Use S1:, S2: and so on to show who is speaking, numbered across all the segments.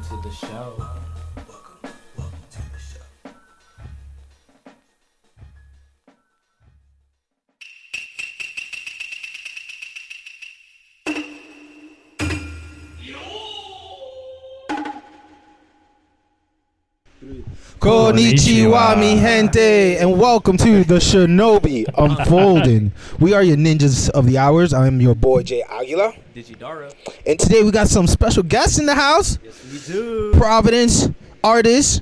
S1: oh the show.
S2: Konnichiwa, mi gente, and welcome to the Shinobi Unfolding. we are your ninjas of the hours. I'm your boy Jay Aguila,
S1: Digidara.
S2: and today we got some special guests in the house:
S1: Yes, we do.
S2: Providence artists,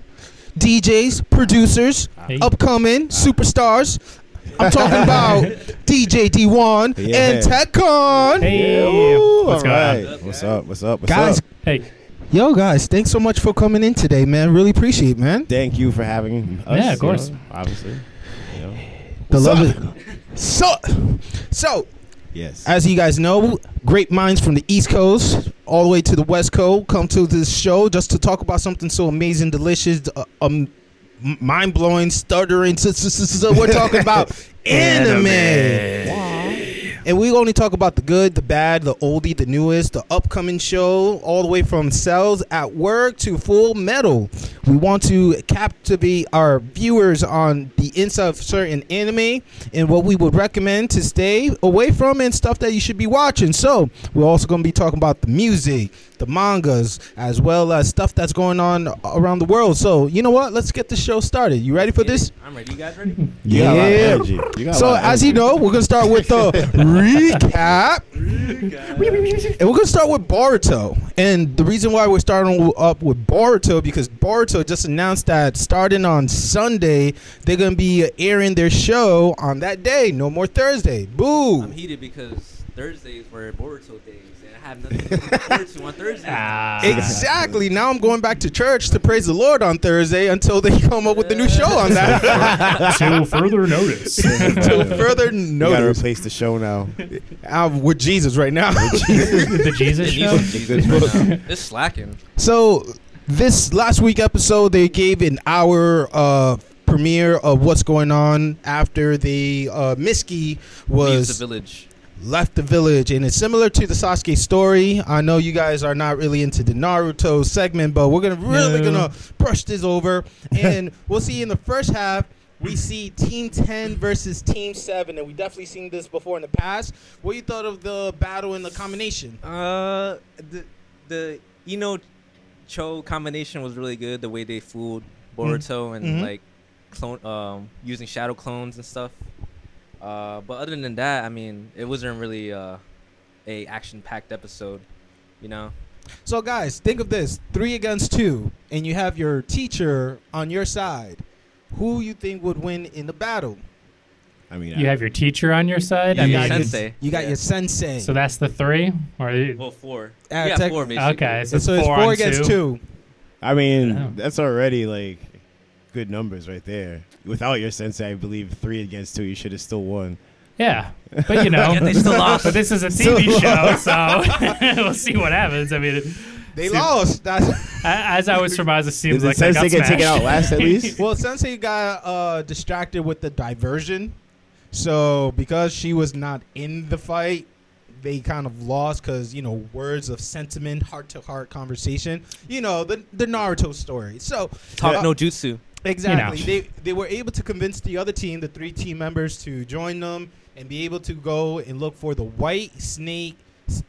S2: DJs, producers,
S3: Hey.
S2: upcoming superstars. I'm talking about DJ D1 and
S4: Yeah.
S2: TechCon.
S3: Hey,
S4: Ooh,
S3: what's
S4: all
S3: going on?
S4: right. What's up? What's up? What's
S2: Guys,
S4: up?
S3: Hey,
S2: Yo, guys, thanks so much for coming in today, man. Really appreciate, man.
S4: Thank you for having us.
S3: Yeah, of
S4: you
S3: course.
S4: know, obviously. you know.
S2: The
S4: So-
S2: love is so. So,
S4: Yes.
S2: As you guys know, great minds from the East Coast all the way to the West Coast come to this show just to talk about something so amazing, delicious, uh, um, mind blowing, stuttering. s- s- s- s- We're talking about anime. And we only talk about the good, the bad, the oldie, the newest, the upcoming show, all the way from cells at work to full metal. We want to captivate our viewers on the inside of certain anime and what we would recommend to stay away from and stuff that you should be watching. So we're also going to be talking about the music, the mangas, as well as stuff that's going on around the world. So you know what? Let's get the show started. You ready for this?
S1: I'm ready. You guys ready?
S4: you got a lot of
S2: yeah.
S4: energy. You got a
S2: So
S4: lot of
S2: as you
S4: energy.
S2: know, we're gonna start with the recap. And we're gonna start with Boruto, and the reason why we're starting up with Boruto because Boruto just announced that starting on Sunday they're gonna be airing their show on that day. No more Thursday.
S1: I'm
S2: Boo!
S1: heated because Thursdays were Boruto days, and I have nothing to look forward to on Thursday.
S3: Ah.
S2: Exactly. Now I'm going back to church to praise the Lord on Thursday until they come up with a new show on that.
S3: till further notice.
S2: Until further
S4: you got to
S2: notice,
S4: replace the show now. The
S2: I'm with Jesus right now.
S3: the Jesus show.
S4: good book.
S1: It's slacking.
S2: So this last week episode, they gave an hour uh, premiere of what's going on after the uh, Miski
S1: Leaves the
S2: was
S1: village.
S2: left the village, and it's similar to the Sasuke story. I know you guys are not really into the Naruto segment, but we're gonna really
S3: No.
S2: gonna brush this over, and we'll see in the first half. We see Team Ten versus Team Seven, and we definitely seen this before in the past. What you thought of the battle and the combination?
S5: Uh, the the Eno Cho combination was really good. The way they fooled Boruto and
S2: Mhm.
S5: like clone um using shadow clones and stuff. Uh, but other than that, I mean, it wasn't really uh a action packed episode. You know,
S2: So guys, think of this: three against two, and you have your teacher on your side. Who you think would win in the battle?
S4: I mean,
S3: You
S4: I,
S3: have your teacher on your side.
S2: You got
S3: it's-
S2: your-
S5: sensei.
S2: You got
S5: Yeah.
S2: your sensei.
S3: So that's the three, or
S5: well, four.
S2: Uh,
S5: yeah,
S2: tech-
S5: four basically.
S3: okay, so,
S2: So, it's four,
S3: on
S2: against two.
S4: I mean,
S3: Oh.
S4: that's already like good numbers right there. Without your sensei, I believe three against two, you should have still won.
S3: Yeah, but you know,
S5: Yeah, they still lost.
S3: But this is a TV show, so we'll see what happens. I mean,
S2: They
S3: See-
S2: lost. That's,
S3: I- as I was surprised, it
S4: Did
S3: seems
S4: the
S3: like they
S4: sensei
S3: got
S4: get
S3: smashed.
S4: taken out last at least?
S2: well, sensei got uh, distracted with the diversion. So because she was not in the fight, they kind of lost because you know words of sentiment, heart to heart conversation. You know the the Naruto story. So
S5: Talk
S2: uh,
S5: no jutsu.
S2: Exactly. They they were able to convince the other team, the three team members, to join them and be able to go and look for the White Snake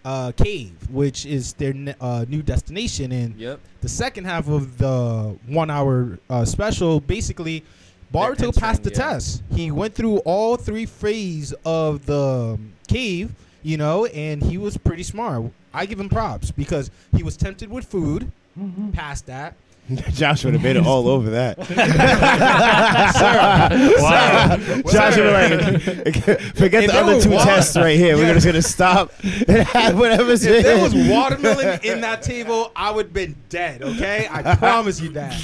S2: uh, Cave, which is their ne- uh, new destination. And
S5: Yep.
S2: the second half of the one hour uh, special, basically, Baruto
S5: entering,
S2: passed the
S5: yeah.
S2: test. He went through all three phases of the um, cave, you know, and he was pretty smart. I give him props because he was tempted with food, passed that.
S4: Josh would have been all over that.
S3: Wow.
S4: Josh would be like, forget
S2: If
S4: the
S2: there
S4: other
S2: were
S4: two
S2: water-
S4: tests right here.
S2: Yeah.
S4: We're just gonna stop and have whatever's
S2: If there was
S4: in.
S2: watermelon in that table, I would have been dead, okay? I promise you that.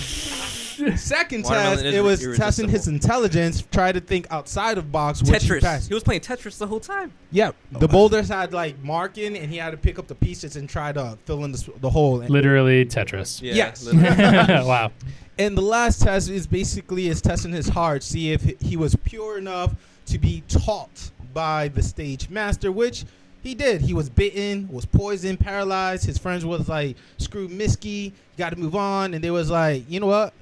S2: Second
S5: Watermelon
S2: test,
S5: is
S2: it was
S5: irresistible.
S2: testing his intelligence, try to think outside of box. Which he
S5: Tetris.
S2: passed.
S5: He was playing Tetris the whole time.
S2: Yeah, the boulders had like marking, and he had to pick up the pieces and try to fill in the, s- the hole. And,
S3: Literally Tetris.
S5: Yeah,
S2: Yes.
S5: literally.
S3: wow.
S2: and the last test is basically is testing his heart, see if he was pure enough to be taught by the stage master, which He did. He was bitten, was poisoned, paralyzed. His friends was like, "Screw Miski, got to move on." And they was like, "You know what?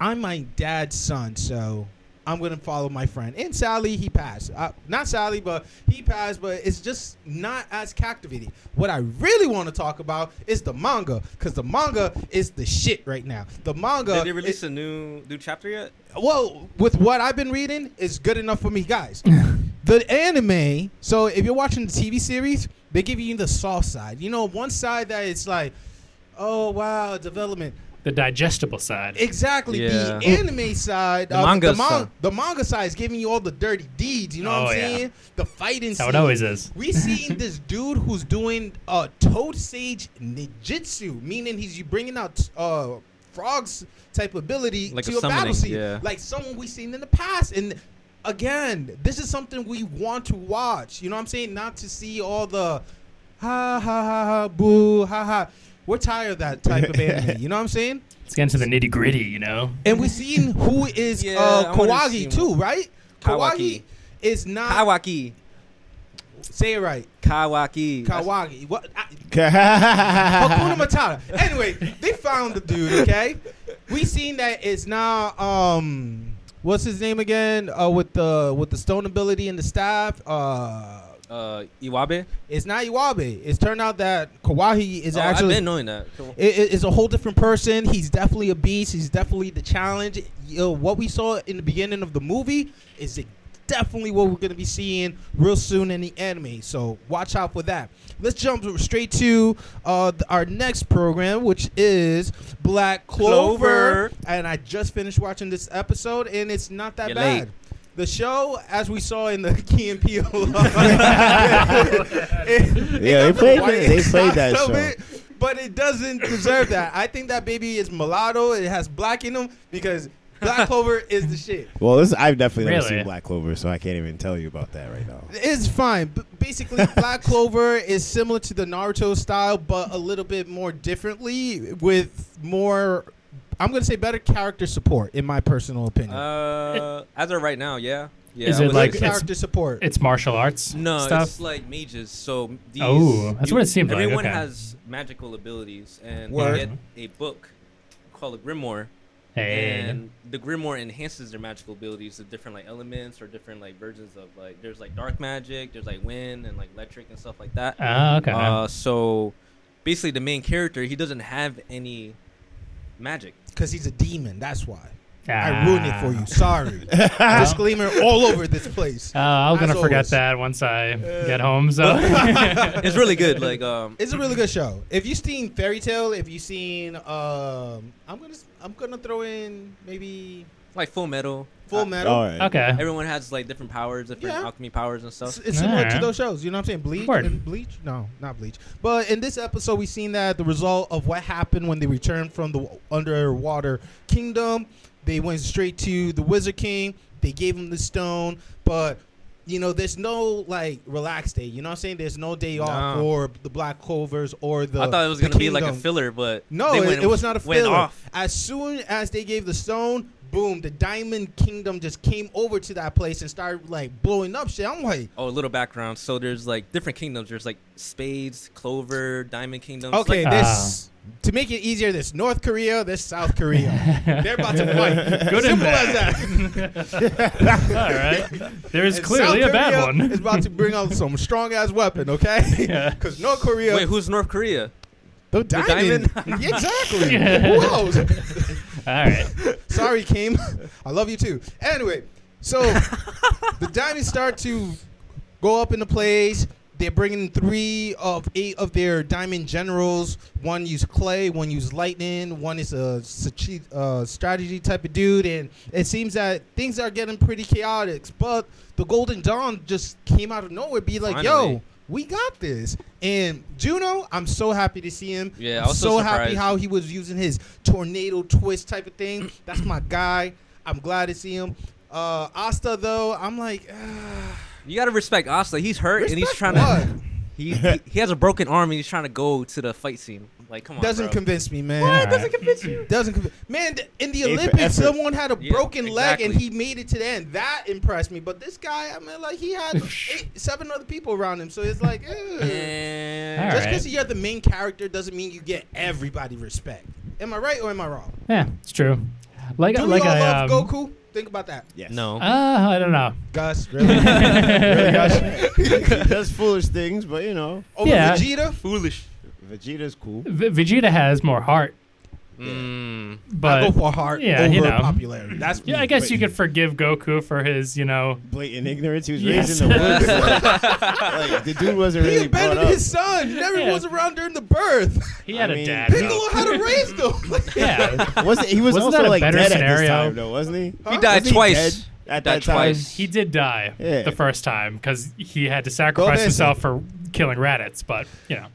S2: I'm my dad's son, so I'm gonna follow my friend." And Sally, he passed. Uh, not Sally, but he passed. But it's just not as captivating. What I really want to talk about is the manga, because the manga is the shit right now. The manga.
S5: Did they
S2: is-
S5: release a new new chapter yet?
S2: well, with what I've been reading, it's good enough for me, guys. the anime. So if you're watching the TV series, they give you the soft side. You know, one side that it's like, oh wow, development.
S3: The digestible side.
S2: Exactly. The
S5: Yeah.
S2: anime side,
S5: The
S2: uh,
S5: manga
S2: the, man-
S5: side.
S2: the manga side is giving you all the dirty deeds. You know what
S3: Oh,
S2: I'm
S3: yeah.
S2: saying? The fighting.
S3: That's how it
S2: scenes.
S3: always is.
S2: We seen this dude who's doing uh, toad sage ninjutsu, meaning he's bringing out uh, frogs type ability
S5: Like
S2: to
S5: a
S2: a, battle
S5: summoning,
S2: scene,
S5: yeah.
S2: like someone we seen in the past. And again, this is something we want to watch. You know what I'm saying? Not to see all the ha ha ha ha boo ha ha. We're tired of that type of anime. You know what I'm saying?
S3: It's getting to the nitty gritty, you know?
S2: And we seen who is
S5: Yeah,
S2: uh,
S5: I wanna see
S2: Kawagi
S5: more.
S2: too, right? Kawagi
S5: Kawaki.
S2: is not.
S5: Kawaki.
S2: Say it right.
S5: Kawaki.
S2: Kawagi. What? I, Hakuna
S4: Hakuna
S2: Matata. Anyway, they found the dude. Okay, we seen that it's now um, what's his name again? Uh, with the with the stone ability and the staff. Uh,
S5: Uh, Iwabe.
S2: it's not Iwabe. It's turned out that Kawahi is
S5: Oh,
S2: actually
S5: I've been knowing that.
S2: it, it- it's a whole different person. He's definitely a beast. He's definitely the challenge. You know, what we saw in the beginning of the movie is definitely what we're going to be seeing real soon in the anime. So watch out for that. Let's jump straight to uh, th- our next program, which is Black Clover.
S5: Clover.
S2: And I just finished watching this episode, and it's not that
S5: You're
S2: bad.
S5: late.
S2: The show, as we saw in the Key and Peele,
S4: Yeah, they played that- they played that
S2: Stop
S4: show.
S2: it. But it doesn't deserve that. I think that baby is mulatto. It has black in him because Black Clover is the shit.
S4: Well, this I've definitely never
S3: Really?
S4: seen Black Clover, so I can't even tell you about that right now.
S2: It's fine. B- basically, Black Clover is similar to the Naruto style, but a little bit more differently with more. I'm gonna say better character support, in my personal opinion.
S5: Uh, as of right now, yeah. Yeah.
S3: Is
S5: I
S3: it
S5: would
S3: like-
S5: say so.
S3: it's-
S2: character support.
S3: It's martial arts
S5: No,
S3: stuff.
S5: it's like mages. So these,
S3: Oh, that's what it seemed like,
S5: Everyone
S3: okay.
S5: has magical abilities, and
S2: Word.
S5: they get a book called a grimoire,
S3: hey.
S5: and the grimoire enhances their magical abilities of different like elements or different like versions of like. There's like dark magic, there's like wind and like electric and stuff like that.
S3: Ah, okay.
S5: Uh, so basically, the main character he doesn't have any magic.
S2: Because he's a demon. That's why.
S3: Ah.
S2: I ruined it for you. Sorry. Disclaimer all over this place.
S3: Uh, I'm
S2: As
S3: gonna forget
S2: always. Uh,
S3: that once I get home. So
S5: It's really good. Like um,
S2: It's a really good show. If you've seen Fairy Tale, if you've seen, um, I'm gonna I'm gonna throw in maybe
S5: like Full Metal.
S2: Full
S5: Metal.
S2: Metal.
S4: All right.
S3: okay,
S5: Everyone has like different powers, different
S2: Yeah.
S5: alchemy powers and stuff.
S2: It's, it's similar to
S3: Alright.
S2: those shows. You know what I'm saying? Bleach.
S3: Word.
S2: and Bleach? No, not Bleach. But in this episode, we seen that the result of what happened when they returned from the underwater kingdom. They went straight to the Wizard King. They gave him the stone, but. You know, there's no like relaxed day. You know what I'm saying? There's no day off
S5: Nah.
S2: for the Black Clovers or the.
S5: I thought it was
S2: the
S5: gonna be like a
S2: Kingdom.
S5: filler, but
S2: No,
S5: they
S2: it,
S5: went-
S2: it was not a
S5: Went
S2: filler.
S5: off.
S2: As soon as they gave the stone, boom, the Diamond Kingdom just came over to that place and started like blowing up shit. I'm like,
S5: Oh, a little background. So there's like different kingdoms. There's like spades, clover, diamond kingdoms.
S2: okay,
S5: Like, ah.
S3: like-
S2: this to make it easier, there's North Korea, there's South Korea. They're about to fight.
S3: Good and
S2: Simple as
S3: bad.
S2: that.
S3: all right. There is
S2: And
S3: clearly
S2: South
S3: a bad
S2: Korea
S3: one.
S2: Is about to bring out some strong ass weapon, okay?
S3: Yeah.
S2: Because North Korea,
S5: wait, who's North Korea?
S2: the diamond,
S5: diamond?
S2: exactly.
S3: Yeah.
S2: Who knows?
S3: all right.
S2: Sorry, Kim. I love you too. Anyway, so the diamonds start to go up in the plays. They're bringing three of eight of their diamond generals. One used clay, one used lightning, one is a sachi- uh, strategy type of dude. And it seems that things are getting pretty chaotic. But the Golden Dawn just came out of nowhere, be like, yo,
S5: Finally.
S2: we got this. And Juno, I'm so happy to see him.
S5: Yeah, I
S2: I'm
S5: was
S2: so
S5: so
S2: happy
S5: surprised.
S2: how he was using his tornado twist type of thing. That's my guy. I'm glad to see him. Uh, Asta though, I'm like, ah,
S5: You gotta respect Asta. He's hurt and he's
S2: respect
S5: trying
S2: what?
S5: to. He, he he has a broken arm and he's trying to go to the fight scene. Like, come on,
S2: Doesn't
S5: bro.
S2: convince me, man.
S4: What?
S5: doesn't convince you.
S2: Doesn't convince. Man, th- in the
S4: A for
S2: Olympics,
S4: effort.
S2: someone had a
S5: Yeah,
S2: broken leg and
S5: exactly.
S2: he made it to the end. That impressed me. But this guy, I mean, like he had eight, seven other people around him, so it's like, eh.
S5: And-
S3: All
S2: just
S3: right.
S2: because you're the main character doesn't mean you get everybody respect. Am I right or am I wrong?
S3: Yeah, it's true. Like
S2: Do
S3: like
S2: we all
S3: I
S2: love
S3: um,
S2: Goku? Think about that,
S4: Yes.
S5: No.
S3: Uh, I don't know.
S2: Gus.
S4: Really, Gus? he does foolish things, but you know,
S2: Over
S3: Yeah.
S2: Vegeta.
S5: Foolish.
S4: Vegeta's cool.
S3: V- Vegeta has more heart,
S5: Mm.
S2: I go
S3: but
S2: for heart
S3: yeah,
S2: over
S3: you know.
S2: popularity. That's
S3: yeah, I
S2: me.
S3: guess
S4: but-
S3: you could forgive Goku for his, you know,
S4: Blatant ignorance. He was
S3: Yes.
S4: raised in the woods. like, the dude wasn't
S2: He
S4: really brought
S2: abandoned
S4: up.
S2: his son. Never
S3: Yeah.
S2: was around during the birth.
S3: he had
S4: I
S3: a
S4: mean,
S3: dad.
S2: Piccolo had to raise them.
S3: yeah,
S4: Wasn't he was
S3: Wasn't
S4: also
S3: that a
S4: like
S3: better
S4: dead at this
S3: scenario?
S4: time though, wasn't he?
S2: Huh?
S5: He died
S4: Wasn't he
S5: twice.
S4: dead
S5: Died
S4: at that time?
S5: twice.
S3: he did die
S4: Yeah.
S3: the first time because he had to sacrifice
S2: Gohan.
S3: himself for killing Raditz. But you know,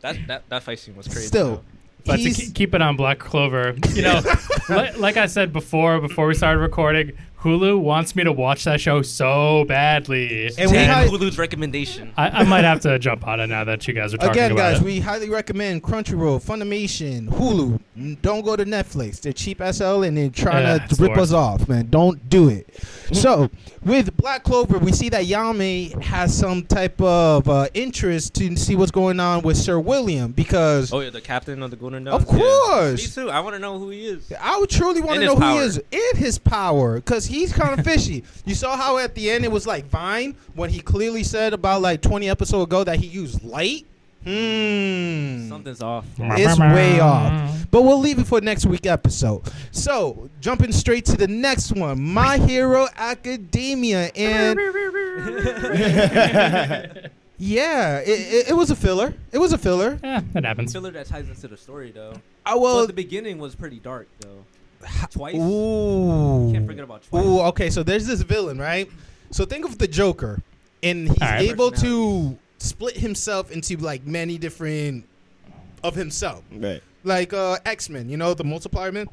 S5: That, that that fight scene was crazy.
S2: Still,
S3: but
S2: he's,
S3: to ke- keep it on Black Clover, you know, li- like I said before, before we started recording, Hulu wants me to watch that show so badly.
S2: And we
S5: Take
S2: had-
S5: Hulu's recommendation.
S3: I, I might have to jump on it now that you guys are talking
S2: again,
S3: about
S2: guys,
S3: it.
S2: we highly recommend Crunchyroll, Funimation, Hulu. Mm, Don't go to Netflix. They're cheap as hell and they're trying
S3: Yeah,
S2: to
S3: it's the
S2: rip us
S3: worst.
S2: off, man. Don't do it. so, with Black Clover, we see that Yami has some type of uh, interest to see what's going on with Sir William because
S5: Oh yeah, the captain of the Golden Dawn.
S2: Of
S5: Yeah.
S2: course.
S5: Me too. I want to know who he is.
S2: I would truly want
S5: And his
S2: to know who
S5: power.
S2: he is in his power because he's kind of fishy. you saw how at the end it was like Vine when he clearly said about like 20 episodes ago that he used light. Hmm.
S5: Something's off.
S2: It's way off. But we'll leave it for next week episode. So, jumping straight to the next one My Hero Academia. And yeah, it, it, it was a filler. It was a filler. Uh,
S3: Yeah, that Eh, happens.
S5: Filler that ties into the story though.
S2: I
S5: Well,
S2: will.
S5: the beginning was pretty dark though. Twice.
S2: Ooh.
S5: Can't forget about twice.
S2: Ooh, okay. So there's this villain, right? So think of the Joker, and he's
S3: All right.
S2: able to split himself into like many different of himself,
S4: Right.
S2: like uh, X Men. You know, the Multiplier Man.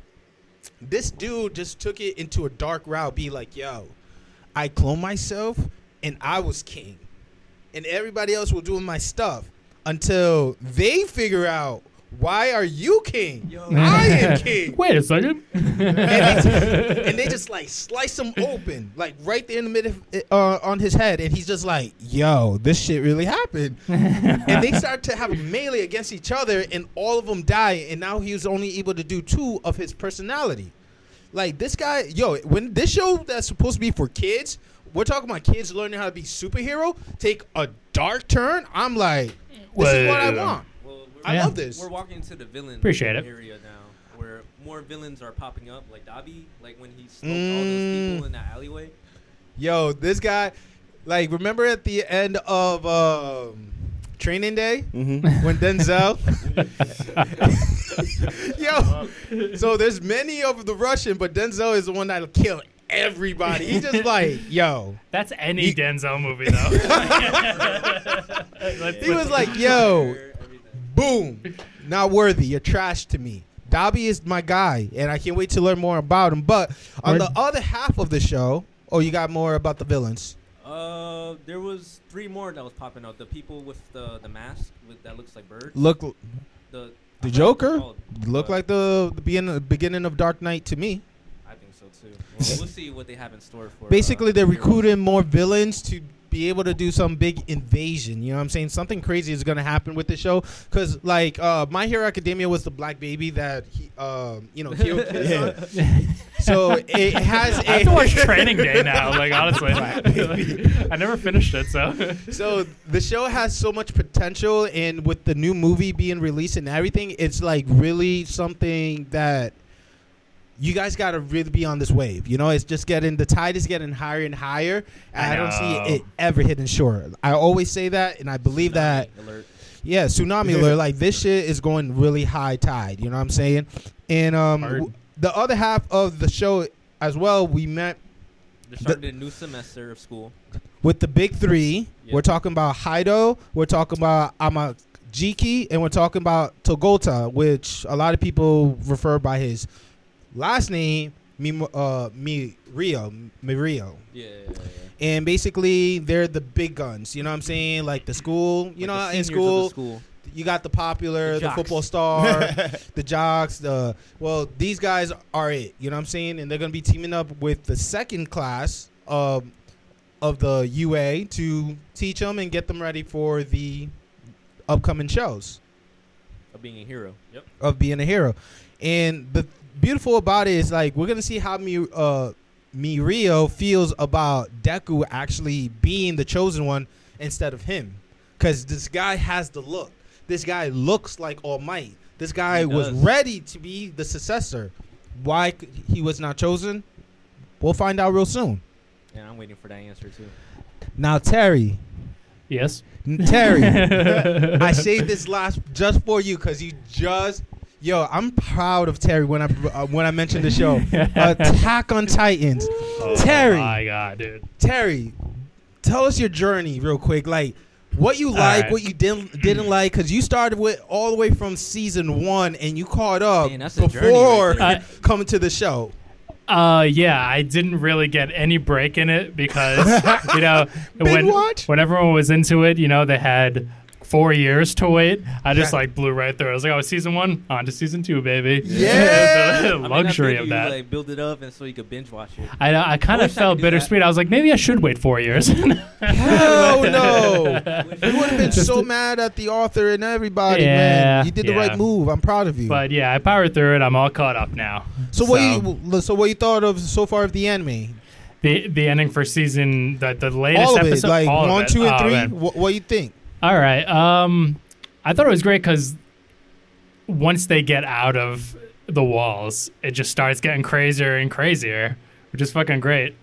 S2: This dude just took it into a dark route. Be like, yo, I clone myself, and I was king, and everybody else will do my stuff until they figure out why are you king?
S5: Yo.
S2: I am king
S3: Wait a second.
S2: and, they, and they just like slice him open, like right there in the middle of- uh, on his head, and he's just like, "Yo, this shit really happened." and they start to have a melee against each other, and all of them die. And now he was only able to do two of his personality. Like this guy, yo, when this show that's supposed to be for kids, we're talking about kids learning how to be superhero, take a dark turn. I'm like, this is what I
S3: Well,
S2: want.
S5: Well, we're-
S2: I
S3: Yeah.
S2: love this.
S5: We're walking into the villain
S3: Appreciate it.
S5: area now, where more villains are popping up, like Dobby, like when he smoked all those
S2: Mm.
S5: people in that alleyway.
S2: Yo, this guy, like, remember at the end of um, Training Day
S4: Mm-hmm.
S2: when Denzel? Yo, so there's many of the Russian, but Denzel is the one that'll kill everybody. He's just like, yo.
S3: That's any
S2: He-
S3: Denzel movie, though. Let's
S2: He
S3: put-
S2: was like, yo,
S5: Where everything-
S2: boom, not worthy. You're trash to me. Dobby is my guy, and I can't wait to learn more about him. But on
S3: Word.
S2: the other half of the show, oh, you got more about the villains.
S5: Uh, there was three more that was popping out. The people with the the mask with that looks like birds.
S2: Look,
S5: The I
S2: The
S5: forgot what they're
S2: Joker
S5: called, uh,
S2: look
S5: but
S2: like the, the beginning, beginning of Dark Knight to me.
S5: I think so too. Well, we'll see what they have in store for. uh,
S2: Basically, they're
S5: heroes.
S2: recruiting more villains to be able to do some big invasion. You know what I'm saying? Something crazy is gonna happen with the show because, like, uh, My Hero Academia was the black baby that he, um, you know, killed. his son. So it has
S3: I have to watch
S2: a.
S3: Training Day now. Like honestly,
S4: Black baby.
S3: I never finished it, so
S2: So the show has so much potential, and with the new movie being released and everything, it's like really something that you guys got to really be on this wave. You know, it's just getting the tide is getting higher and higher. And I,
S3: I
S2: don't see
S3: know.
S2: it ever hitting shore. I always say that, and I believe that
S5: Tsunami alert.
S2: yeah, tsunami alert. Like this shit is going really high tide. You know what I'm saying? And um,
S3: Word.
S2: w- the other half of the show as well, we met
S5: They're starting a new semester of school.
S2: with the big three.
S5: Yeah.
S2: We're talking about Haido. We're talking about Amajiki, and we're talking about Togota, which a lot of people refer by his last name Mi, uh, Mi Rio, Mirio.
S5: Yeah, yeah, yeah, yeah.
S2: And basically, they're the big guns. You know what I'm saying? Like the school,
S5: Like the
S2: you know, in
S5: seniors of the
S2: school,
S5: school.
S2: you got the popular,
S5: The
S2: the,
S5: jocks.
S2: football star, the jocks, the well, these guys are it. You know what I'm saying? And they're gonna be teaming up with the second class um, of the UA to teach them and get them ready for the upcoming shows
S5: of being a hero. Yep.
S2: of being a hero. And the beautiful about it is like we're gonna see how Mi, uh, Mirio feels about Deku actually being the chosen one instead of him, because this guy has the look. This guy looks like All Might. This guy
S5: He
S2: was
S5: does.
S2: ready to be the successor. Why c- he was not chosen? We'll find out real soon.
S5: And I'm waiting for that answer too.
S2: Now Terry,
S3: Yes.
S2: Terry, I saved this last just for you because you just. Yo, I'm proud of Terry when I uh, when I mentioned the show. Attack on Titans.
S3: Oh
S2: Terry.
S3: my god, dude.
S2: Terry, tell us your journey real quick. Like what you like,
S3: right.
S2: what you didn't didn't like, because you started with all the way from season one and you caught up
S5: Man, that's a journey right
S2: before
S5: there.
S3: I-
S2: coming to the show.
S3: Uh, yeah, I didn't really get any break in it because you know
S2: Big
S3: when
S2: watch?
S3: when everyone was into it, you know they had four years to wait. I just
S2: Yeah.
S3: like blew right through. I was like, oh, season one, on to season two, baby.
S2: Yeah.
S3: the
S5: I mean, I
S3: luxury
S5: feel
S3: of
S5: you,
S3: that.
S5: Like build it up and so you could binge watch it.
S3: I know. I kind of
S5: wish I
S3: felt
S5: could do that.
S3: bittersweet. I was like, maybe I should wait four years.
S2: Mm. Hell no. You would have been
S3: Just
S2: so
S3: to-
S2: mad at the author and everybody,
S3: Yeah,
S2: man. You did the
S3: yeah.
S2: right move. I'm proud of you.
S3: but yeah, I powered through it. I'm all caught up now.
S2: so what you so what you thought of so far of the anime?
S3: the the ending for season the the latest
S2: all of
S3: episode
S2: it, like
S3: all of
S2: one,
S3: it.
S2: two, and
S3: Oh,
S2: three.
S3: man.
S2: What, what you think?
S3: All right. Um, I thought it was great because once they get out of the walls, it just starts getting crazier and crazier, which is fucking great.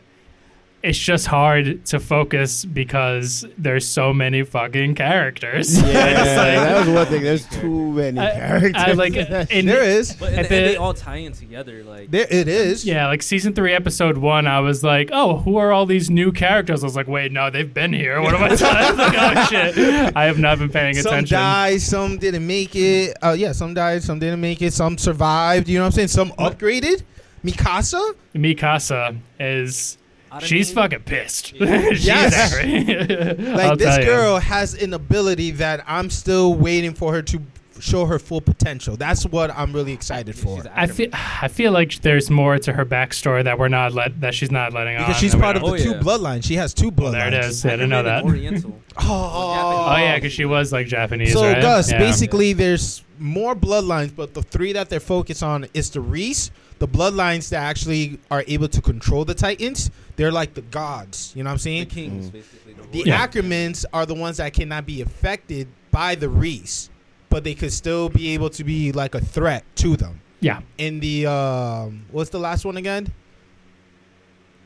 S3: It's just hard to focus because there's so many fucking characters. I just, like-
S4: that was one thing. There's too many
S3: I-
S4: characters.
S3: I, like in,
S2: there is,
S5: But in
S3: At
S5: the end,
S3: the-
S5: they all tie in together. Like
S2: there it is.
S3: Yeah, like season three, episode one, I was like, oh, who are all these new characters? I was like, wait, no, they've been here. What am I talking like, Oh, shit. I have not been paying
S2: Some
S3: attention.
S2: died, some didn't make it. Uh, yeah, some died, some didn't make it. Some survived. You know what I'm saying? Some upgraded. Mikasa.
S3: Mikasa is.
S5: Armin-
S3: She's fucking pissed.
S5: Yeah.
S3: She's
S2: Yes.
S3: angry.
S2: Like
S3: I'll
S2: this
S3: tell you.
S2: girl has an ability that I'm still waiting for her to show her full potential. That's what I'm really excited for.
S5: she's an
S3: I feel, I feel like there's more to her backstory that we're not let that she's not letting on.
S2: Because she's
S3: that we
S2: part of
S3: don't-
S2: the
S5: Oh,
S2: two
S5: yeah.
S2: bloodlines. She has two bloodlines.
S3: there it is. I didn't
S5: Ackerman
S3: know
S5: and
S3: that.
S5: Oriental.
S2: Oh,
S3: Oh yeah, because she was like Japanese.
S2: So
S3: right?
S2: Gus,
S3: Yeah.
S2: basically, there's more bloodlines, but the three that they're focused on is the Reese, the bloodlines that actually are able to control the Titans. They're like the gods. You know what I'm
S5: the
S2: saying?
S5: kings, basically. The
S2: The
S5: royal-
S2: Ackermans are the ones that cannot be affected by the Reese, but they could still be able to be like a threat to them.
S3: yeah,
S2: In the um, what's the last one again?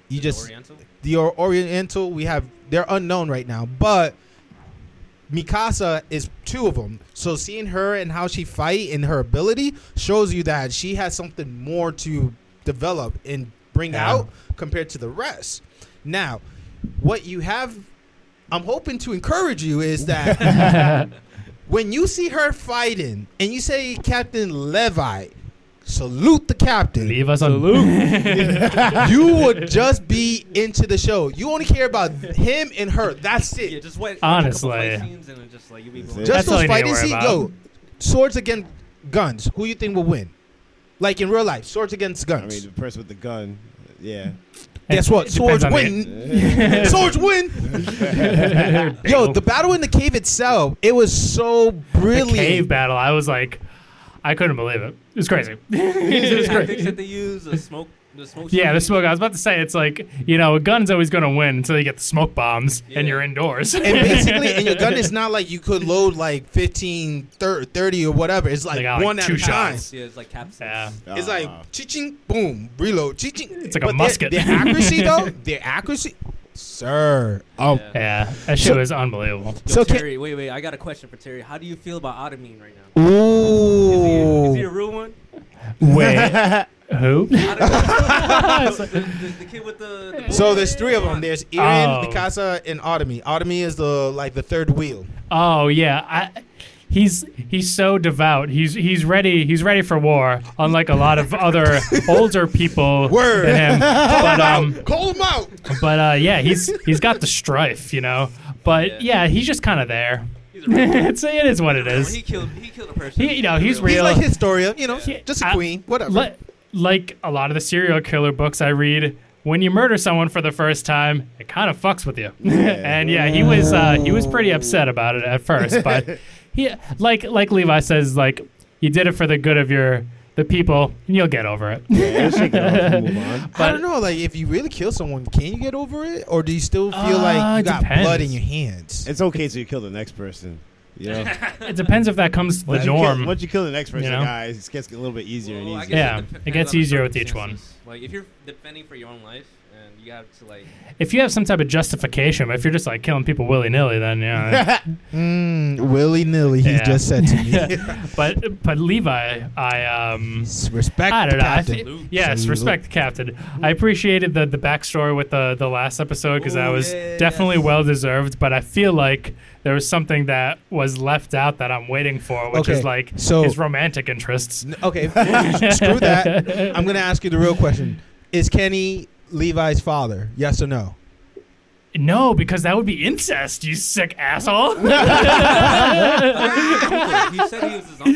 S2: You
S5: The
S2: just
S5: Oriental.
S2: the Or- Oriental, we have they're unknown right now, but Mikasa is two of them. So seeing her and how she fight and her ability shows you that she has something more to develop and bring
S3: Yeah.
S2: out compared to the rest. Now, what you have I'm hoping to encourage you is that when you see her fighting and you say Captain Levi, salute the captain
S3: leave us alone.
S2: you would just be into the show. You only care about him and her. That's
S5: Yeah,
S2: it.
S5: just wait.
S3: Honestly.
S5: Like a couple fight scenes and then just like you be
S4: That's
S5: going.
S4: it.
S2: Just
S3: all
S2: those
S3: you need to
S2: fighting
S3: worry
S2: scenes.
S3: about.
S2: Yo, swords against guns. Who you think will win? Like in real life, swords against
S4: I
S2: guns.
S4: mean, the person with the gun. Yeah.
S2: Guess what?
S3: It depends
S2: Swords
S3: on
S2: win.
S3: the-
S2: swords win. Yo, the battle in the cave itself, it was so
S3: The
S2: brilliant.
S3: cave battle. I was like, I couldn't believe it. It was crazy. it was great.
S5: tactics that they use, the smoke, the smoke.
S3: Yeah, the
S5: shootings.
S3: smoke. I was about to say it's like you know, a gun's always going to win until you get the smoke bombs and
S5: Yeah.
S3: you're indoors.
S2: and basically, and your gun is not like you could load like 15, thir- 30 or whatever. It's like,
S3: They got, like,
S2: one at
S3: two
S2: a time.
S3: shots.
S5: Yeah, it's like capsules.
S3: yeah,
S2: It's
S4: Ah.
S2: like ching boom, reload, ching. It's
S3: like a musket.
S2: Their, accuracy, though, their accuracy, sir. Oh,
S5: Yeah.
S3: yeah, that shit
S2: So-
S3: was unbelievable.
S5: Yo,
S2: So can-
S5: Terry, wait, wait. I got a question for Terry. How do you feel about Otamine right now? Is he, is he a
S2: ooh,
S5: real one?
S3: Wait, who?
S5: Otamine- the, the kid with the. the
S2: So
S5: boy?
S2: there's three of them.
S5: Come on.
S2: There's Iren,
S3: Oh.
S2: Mikasa, and Otomi. Otomi is the like the third wheel.
S3: Oh yeah, I he's he's so devout. He's he's ready. He's ready for war. Unlike a lot of other older people
S2: Word.
S3: than him. But um,
S2: Call him out.
S3: but uh, yeah, he's he's got the strife, you know. But yeah, he's just kind of there.
S1: He's a real-
S3: it's it is what it
S1: No,
S3: is.
S1: He killed. He killed a person.
S3: He- you know, he's
S2: He's
S3: real.
S2: like Historia, you know,
S1: Yeah.
S2: just a
S3: I-
S2: queen, whatever.
S3: Li- like a lot of the serial killer books I read, when you murder someone for the first time, it kind of fucks with you. and yeah, he was uh, he was pretty upset about it at first, but he like like Levi says, like you did it for the good of your the people, and you'll get over it.
S4: Yeah, shake it off and move on.
S2: I
S3: but-
S2: don't know, like if you really kill someone, can you get over it, or do you still feel
S3: Uh,
S2: like you
S3: it
S2: got blood
S3: depends.
S2: in your hands?
S4: It's okay till you kill the next person. You know?
S3: it depends if that comes to the
S4: Once you kill-
S3: norm.
S4: once you kill the next person,
S3: know?
S4: guys, it gets a little bit easier
S5: Oh,
S1: Well, I
S4: and
S1: guess
S4: easier.
S3: Yeah,
S1: depends
S3: it gets
S1: on the
S3: easier with each one.
S1: circumstances. Like if you're defending for your own life and you have to like
S3: if you have some type of justification, but if you're just like killing people willy nilly, then yeah.
S2: Mm, willy nilly, he
S3: Yeah.
S2: just said to me.
S3: but but Levi, I um,
S2: Respect
S3: I
S2: the
S3: don't know. I
S2: captain.
S3: thi-
S1: Salute.
S3: yes,
S2: Salute.
S3: respect the captain. I appreciated the the backstory with the the last episode because that
S1: Ooh,
S3: was
S1: yeah,
S3: definitely
S1: yes.
S3: well deserved. But I feel like there was something that was left out that I'm waiting for, which
S2: Okay,
S3: is like
S2: so-
S3: his romantic interests.
S2: N- Okay, screw that. I'm gonna ask you the real question: Is Kenny Levi's father? Yes or no?
S3: No, because that would be incest. You sick asshole.
S1: he said he was his uncle.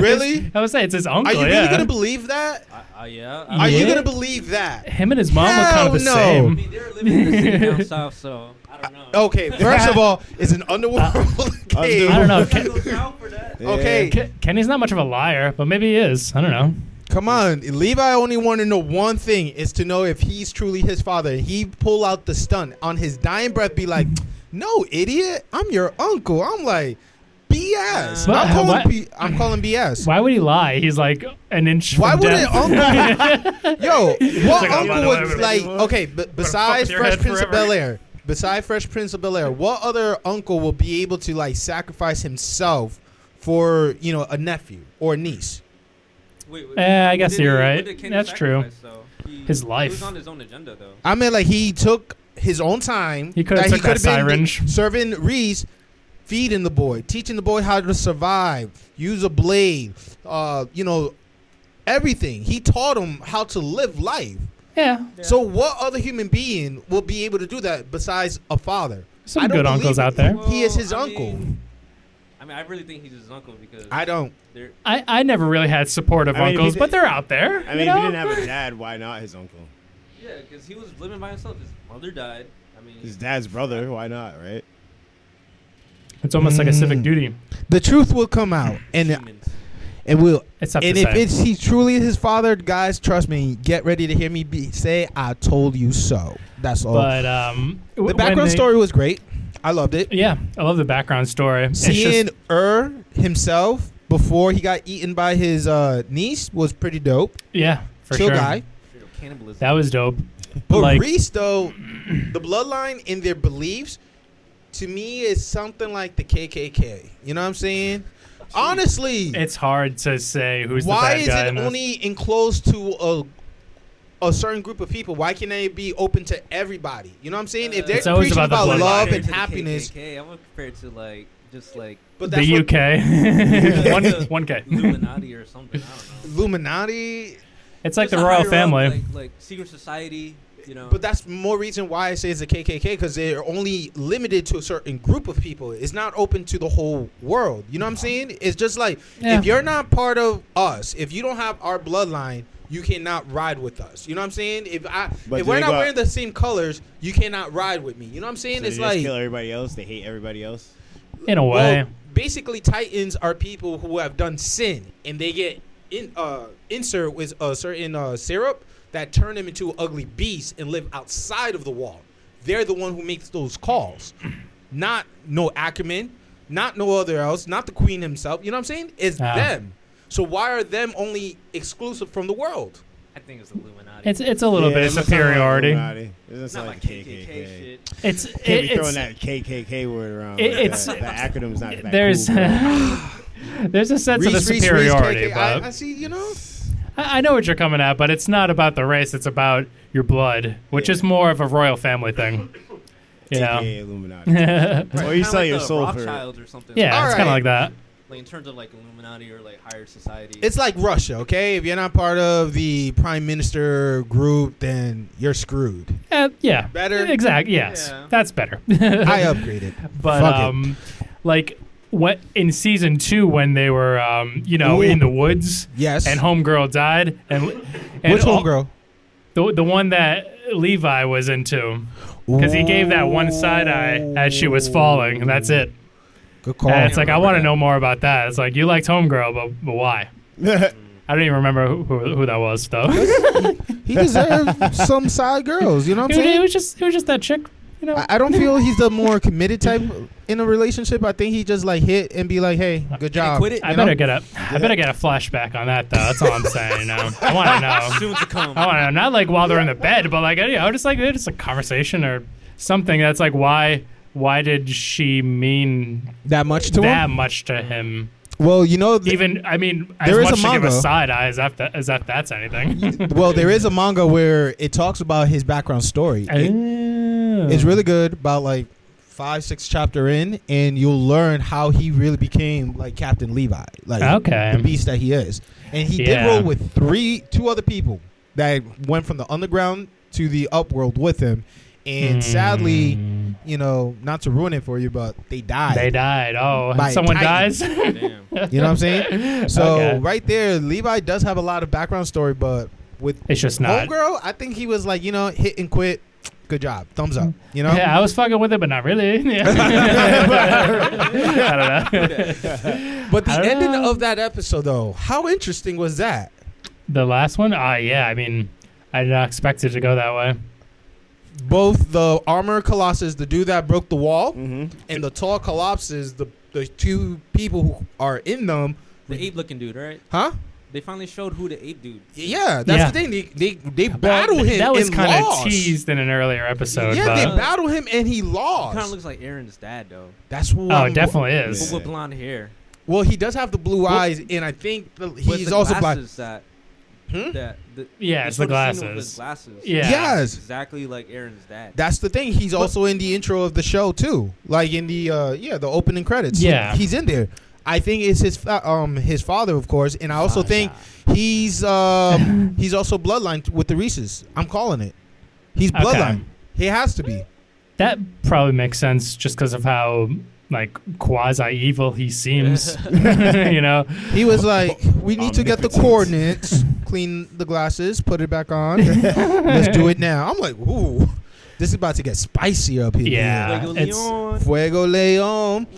S2: Really?
S3: I would say it's his uncle.
S2: Are you
S3: Oh, yeah.
S2: really gonna believe that?
S1: I, I, yeah. I,
S2: Are you
S3: Yeah.
S2: gonna believe that?
S3: Him and his mom were kind of the
S2: Hell no.
S1: I
S3: same.
S1: mean, they were living in the city down south, so I don't know.
S2: Okay, first of all, it's an underworld
S3: Uh,
S2: game.
S3: I don't know.
S1: Can I
S3: Ken,
S1: go south for that?
S4: Yeah.
S2: Okay,
S3: Ken- Kenny's not much of a liar, but maybe he is. I don't know.
S2: Come on, Levi only wanted to know one thing is to know if he's truly his father. He pull out the stunt on his dying breath, be like, "No, idiot, I'm your uncle." I'm like, BS.
S3: But-
S2: I'm calling.
S3: what-
S2: B- I'm calling BS.
S3: Why would he lie? He's like an inch.
S2: Why
S3: from
S2: would an
S3: death.
S2: uncle? Yo, what
S3: like, oh, by
S2: uncle
S3: the way,
S2: would
S3: I'm
S2: like?
S3: gonna-
S2: Okay, but besides
S3: your
S2: Fresh
S3: head
S2: Prince of
S3: forever.
S2: Bel Air, beside Fresh Prince of Bel Air, what other uncle will be able to like sacrifice himself for you know a nephew or a niece?
S1: Wait, wait,
S3: Eh, I
S1: what
S3: guess
S1: did
S3: you're
S1: he- what
S3: right.
S1: did Kenny
S3: That's true.
S1: sacrifice, though? He-
S3: His
S1: He was
S3: life.
S1: on his own agenda, though.
S2: I mean, like he took his own time.
S3: He coulda
S2: that
S3: took that
S2: coulda been
S3: syringe.
S2: serving Reese, feeding the boy, teaching the boy how to survive, use a blade, uh, you know, everything. He taught him how to live life.
S3: Yeah,
S2: So, what other human being will be able to do that besides a father? I
S3: some
S2: don't
S3: good uncles
S2: believe it.
S3: out there.
S2: He is
S1: Well,
S2: his
S1: I
S2: uncle.
S1: mean- I mean, I really think he's his uncle because
S2: I don't.
S1: they're
S3: I, I never really had supportive
S4: I mean, if
S3: uncles,
S4: he
S3: but
S4: did-
S3: they're out there.
S4: I mean,
S3: you
S4: if he
S3: know?
S4: didn't have a dad, why not his uncle?
S1: yeah, because he was living by himself. His mother died. I mean,
S4: His dad's brother, why not, right?
S3: it's almost like a civic
S2: Mm.
S3: duty.
S2: The truth will come out, and
S1: humans.
S2: it will.
S3: It's tough
S2: and
S3: to
S2: if
S3: say.
S2: it's he truly is his father, guys, trust me. Get ready to hear me be, say, "I told you so." That's all.
S3: but um, w-
S2: the
S3: when
S2: background
S3: they-
S2: story was great. I loved it.
S3: Yeah, I love the background story. It's just-
S2: Seeing Er himself before he got eaten by his uh, niece was pretty dope.
S3: yeah, for
S2: Chill
S3: sure.
S2: guy.
S1: Straight up Cannibalism.
S3: That was dope.
S2: But
S3: Like-
S2: Reese though, the bloodline and their beliefs, to me, is something like the KKK. You know what I'm saying? Honestly,
S3: It's hard to say who's
S2: why
S3: the
S2: is
S3: bad guy.
S2: it
S3: in this.
S2: only enclosed to a a certain group of people? Why can't it be open to everybody? You know what I'm saying? If they're
S3: Uh, It's always
S2: preaching
S3: about the
S2: about,
S3: bloodline.
S2: love
S1: Compared
S2: and
S1: to the
S2: happiness,
S1: KKK, I'm gonna compare it to like just like
S2: but that's
S3: the
S2: what
S3: UK? one,
S1: Yeah.
S3: one K.
S1: Illuminati or something. I don't know.
S2: Illuminati.
S3: It's
S1: Just
S3: like
S1: a
S3: the royal
S1: higher up,
S3: family.
S1: like, like secret society. You know,
S2: But that's more reason why I say it's a KKK because they're only limited to a certain group of people. It's not open to the whole world. You know what I'm saying? It's just like
S3: Yeah.
S2: if you're not part of us, if you don't have our bloodline, you cannot ride with us. You know what I'm saying? If I
S4: But
S2: if
S4: do
S2: we're
S4: they
S2: not
S4: go out-
S2: wearing the same colors, you cannot ride with me. You know what I'm
S4: So
S2: saying?
S4: they
S2: it's
S4: just
S2: like
S4: kill everybody else. They hate everybody else.
S3: in a way.
S2: well, basically Titans are people who have done sin and they get in uh insert with a certain uh syrup that turn them into ugly beasts and live outside of the wall. They're the one who makes those calls. Not no Ackerman, not no other else, not the Queen himself. You know what I'm saying? It's
S3: Ah.
S2: them. So why are them only exclusive from the world?
S1: I think it's Illuminati.
S3: it's it's a little
S4: Yeah,
S3: bit
S4: it
S3: of
S4: looks not like
S3: superiority.
S4: Illuminati. It doesn't
S1: not
S4: sound
S1: like
S4: like
S1: KKK,
S4: KKK.
S1: shit.
S3: It's
S4: Can't
S3: it-
S4: be throwing
S3: it's
S4: that KKK word around.
S3: it-
S4: like
S3: it's-
S4: that. the acronym's not that
S3: there's
S4: cool, bro.
S3: there's a sense of the
S2: Reese, Reese, Reese,
S3: superiority,
S2: KKK.
S3: but
S2: I, I see, you know.
S3: I, I know what you're coming at, but it's not about the race. It's about your blood, which
S4: Yeah.
S3: is more of a royal family thing. You know?
S4: AKA Illuminati.
S3: yeah,
S4: Or you
S1: Kinda
S4: sell
S1: like
S4: your
S1: the
S4: soul for.
S1: Rothschilds or something.
S3: it's kind
S2: Alright.
S3: of like that.
S5: Like in terms of like Illuminati or like higher society.
S2: It's like Russia, okay? If you're not part of the prime minister group, then you're screwed.
S3: Uh, yeah.
S2: Better?
S3: Exactly. Yes.
S5: Yeah.
S3: That's better.
S2: I upgraded.
S3: But
S2: Fuck it.
S3: um, like what in season two when they were um, you know,
S2: Ooh.
S3: in the woods
S2: Yes.
S3: and homegirl died and, and
S2: Which
S3: all-
S2: homegirl?
S3: The the one that Levi was into because he gave that one side eye as she was falling and that's it.
S2: Good call.
S3: and it's like I
S5: remember
S3: want to
S5: that.
S3: know more about that. It's like you liked homegirl, but but why? I don't even remember who who, who that was though. it,
S2: he deserves some side girls. You know what I'm
S3: was, it
S2: saying?
S3: was just it was just that chick. You know,
S2: I I don't feel he's the more committed type in a relationship. I think he just like hit and be like, "Hey, good job."
S5: quit it?
S3: I
S2: you
S3: better
S2: know?
S3: get a I better get a flashback on that though. That's all I'm saying. You know, I want to know.
S5: soon to come.
S3: I want to know. Not like while they're in the bed, but like you know, just like it's a conversation or something. That's like why why did she mean
S2: that much to
S3: that
S2: him.
S3: much to him?
S2: Well, you know, th-
S3: Even I mean, as
S2: There is
S3: much
S2: a
S3: to give a
S2: manga.
S3: side eye as if that, as if that's anything.
S2: well, there is a manga where it talks about his background story. It-
S3: Hmm.
S2: it's really good. About like five, six chapter in, and you'll learn how he really became like Captain Levi, like
S3: Okay.
S2: the beast that he is. And he
S3: Yeah.
S2: did roll with three, two other people that went from the underground to the upworld with him. And sadly,
S3: Mm.
S2: you know, not to ruin it for you, but they died.
S3: they died. Oh,
S2: By
S3: someone
S2: Titan.
S3: dies.
S5: Damn.
S2: You know what I'm saying? So
S3: Okay.
S2: right there, Levi does have a lot of background story, but with
S3: It's just not.
S2: Homegirl, I think he was like, you know, hit and quit. Good job, thumbs up. You know,
S3: Yeah, I was fucking with it, but not really. Yeah. I don't know.
S2: but the
S3: I don't
S2: ending
S3: know.
S2: of that episode, though, how interesting was that?
S3: The last one? Ah, yeah. I mean, I did not expect it to go that way.
S2: Both the armor colossus, the dude that broke the wall,
S4: hmm
S2: and the tall colossus, the the two people who are in them,
S5: The ape looking dude, right?
S2: huh?
S5: They finally showed who the ape dude.
S2: Yeah, that's
S3: Yeah.
S2: the thing. They they, they battle
S3: That-
S2: him.
S3: That was
S2: kind of
S3: teased in an earlier episode.
S2: Yeah,
S3: but, oh,
S2: they battle him and he
S5: Kind of
S2: lost.
S5: looks like Aaron's dad though,
S2: That's what.
S3: oh,
S2: I'm-
S3: it definitely is.
S5: but
S4: Yeah.
S5: with blonde hair.
S2: Well, he does have the blue eyes, and I think the,
S5: But it's
S2: he's
S5: the
S2: also black.
S5: glasses That,
S2: Hmm?
S5: that, the,
S3: Yeah,
S5: they
S3: it's the
S5: showed a scene with
S3: glasses.
S5: his glasses.
S3: Yeah.
S2: Yes.
S5: exactly like Aaron's dad.
S2: That's the thing. He's also in the intro of the show too, like in the uh, yeah the opening credits. He-
S3: Yeah.
S2: he's in there. I think it's his fa- um his father, of course, and I also
S3: Father.
S2: think he's um he's also bloodline with the Reeses. I'm calling it. He's
S3: Okay.
S2: bloodline. He has to be.
S3: That probably makes sense just because of how like quasi evil he seems. you know,
S2: He was like, we need to get the
S4: Omnipotent.
S2: coordinates, clean the glasses, put it back on. Let's do it now. I'm like, ooh, this is about to get spicy up here.
S3: Yeah.
S5: Like
S3: it's-
S5: Leon.
S2: Fuego Leon.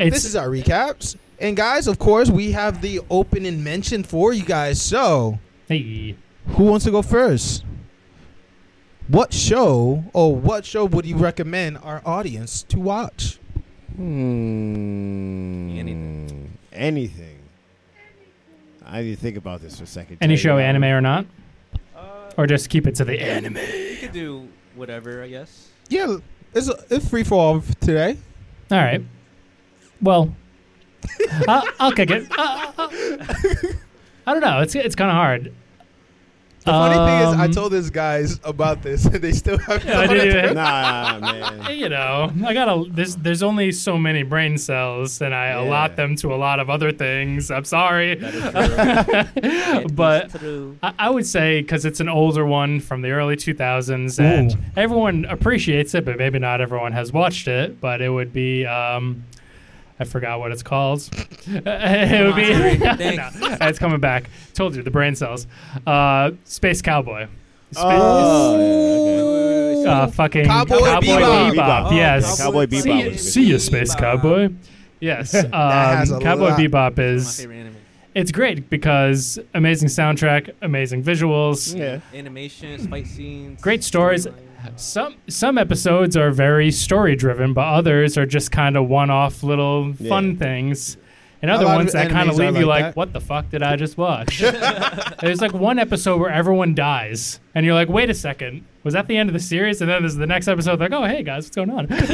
S3: it's
S2: this is our recaps. And guys, of course, we have the opening mention for you guys. So,
S3: hey,
S2: who wants to go first? What show or what show would you recommend our audience to watch?
S4: Hmm. Anything. Anything. I need to think about this for a second.
S3: any
S4: Tell you
S3: show,
S4: now.
S3: anime or not,
S5: Uh,
S3: or just keep it to the anime.
S5: you could do whatever, I guess.
S2: Yeah, it's it's free for all today.
S3: All right. Well, I'll, I'll kick it. I, I don't know. It's it's kind of hard.
S2: The funny thing is, I
S3: Um,
S2: told these guys about this, and they still haven't.
S3: Yeah, I
S2: done
S3: did
S2: it.
S3: it.
S4: Nah, man.
S3: you know, I gotta. There's there's only so many brain cells, and I allot
S4: Yeah.
S3: them to a lot of other things. I'm sorry,
S5: That is true.
S3: but
S5: It's true.
S3: I, I would say because it's an older one from the early 2000s, and
S2: Ooh.
S3: everyone appreciates it, but maybe not everyone has watched it. But it would be. Um, I forgot what it's called. it would be.
S5: Come on, Terry.
S3: No, it's coming back. Told you the brain cells. Uh, Space Cowboy. Space,
S4: Oh, yeah, okay.
S3: uh, fucking
S2: Cowboy Bebop.
S4: Bebop.
S3: Yes.
S4: Cowboy
S5: Bebop
S3: See, ya-
S4: was good.
S3: see ya, Space
S5: Bebop.
S3: Cowboy. Yes, um,
S2: has a
S3: Cowboy
S2: lot.
S3: Bebop
S5: It's my
S3: is
S5: favorite anime.
S3: it's great because amazing soundtrack, amazing visuals,
S4: Yeah.
S5: Animation, fight scenes.
S3: great stories.
S5: storylines.
S3: Some some episodes are very story driven, but others are just kind of one off little fun
S4: Yeah.
S3: things. And
S2: A
S3: other
S2: lot of
S3: ones that kind
S2: animes
S3: of
S2: are
S3: leave you
S2: like
S3: like,
S2: that.
S3: what the fuck did I just watch? there's like one episode where everyone dies, and you're like, wait a second, was that the end of the series? And then there's the next episode, like, oh hey guys, what's going on?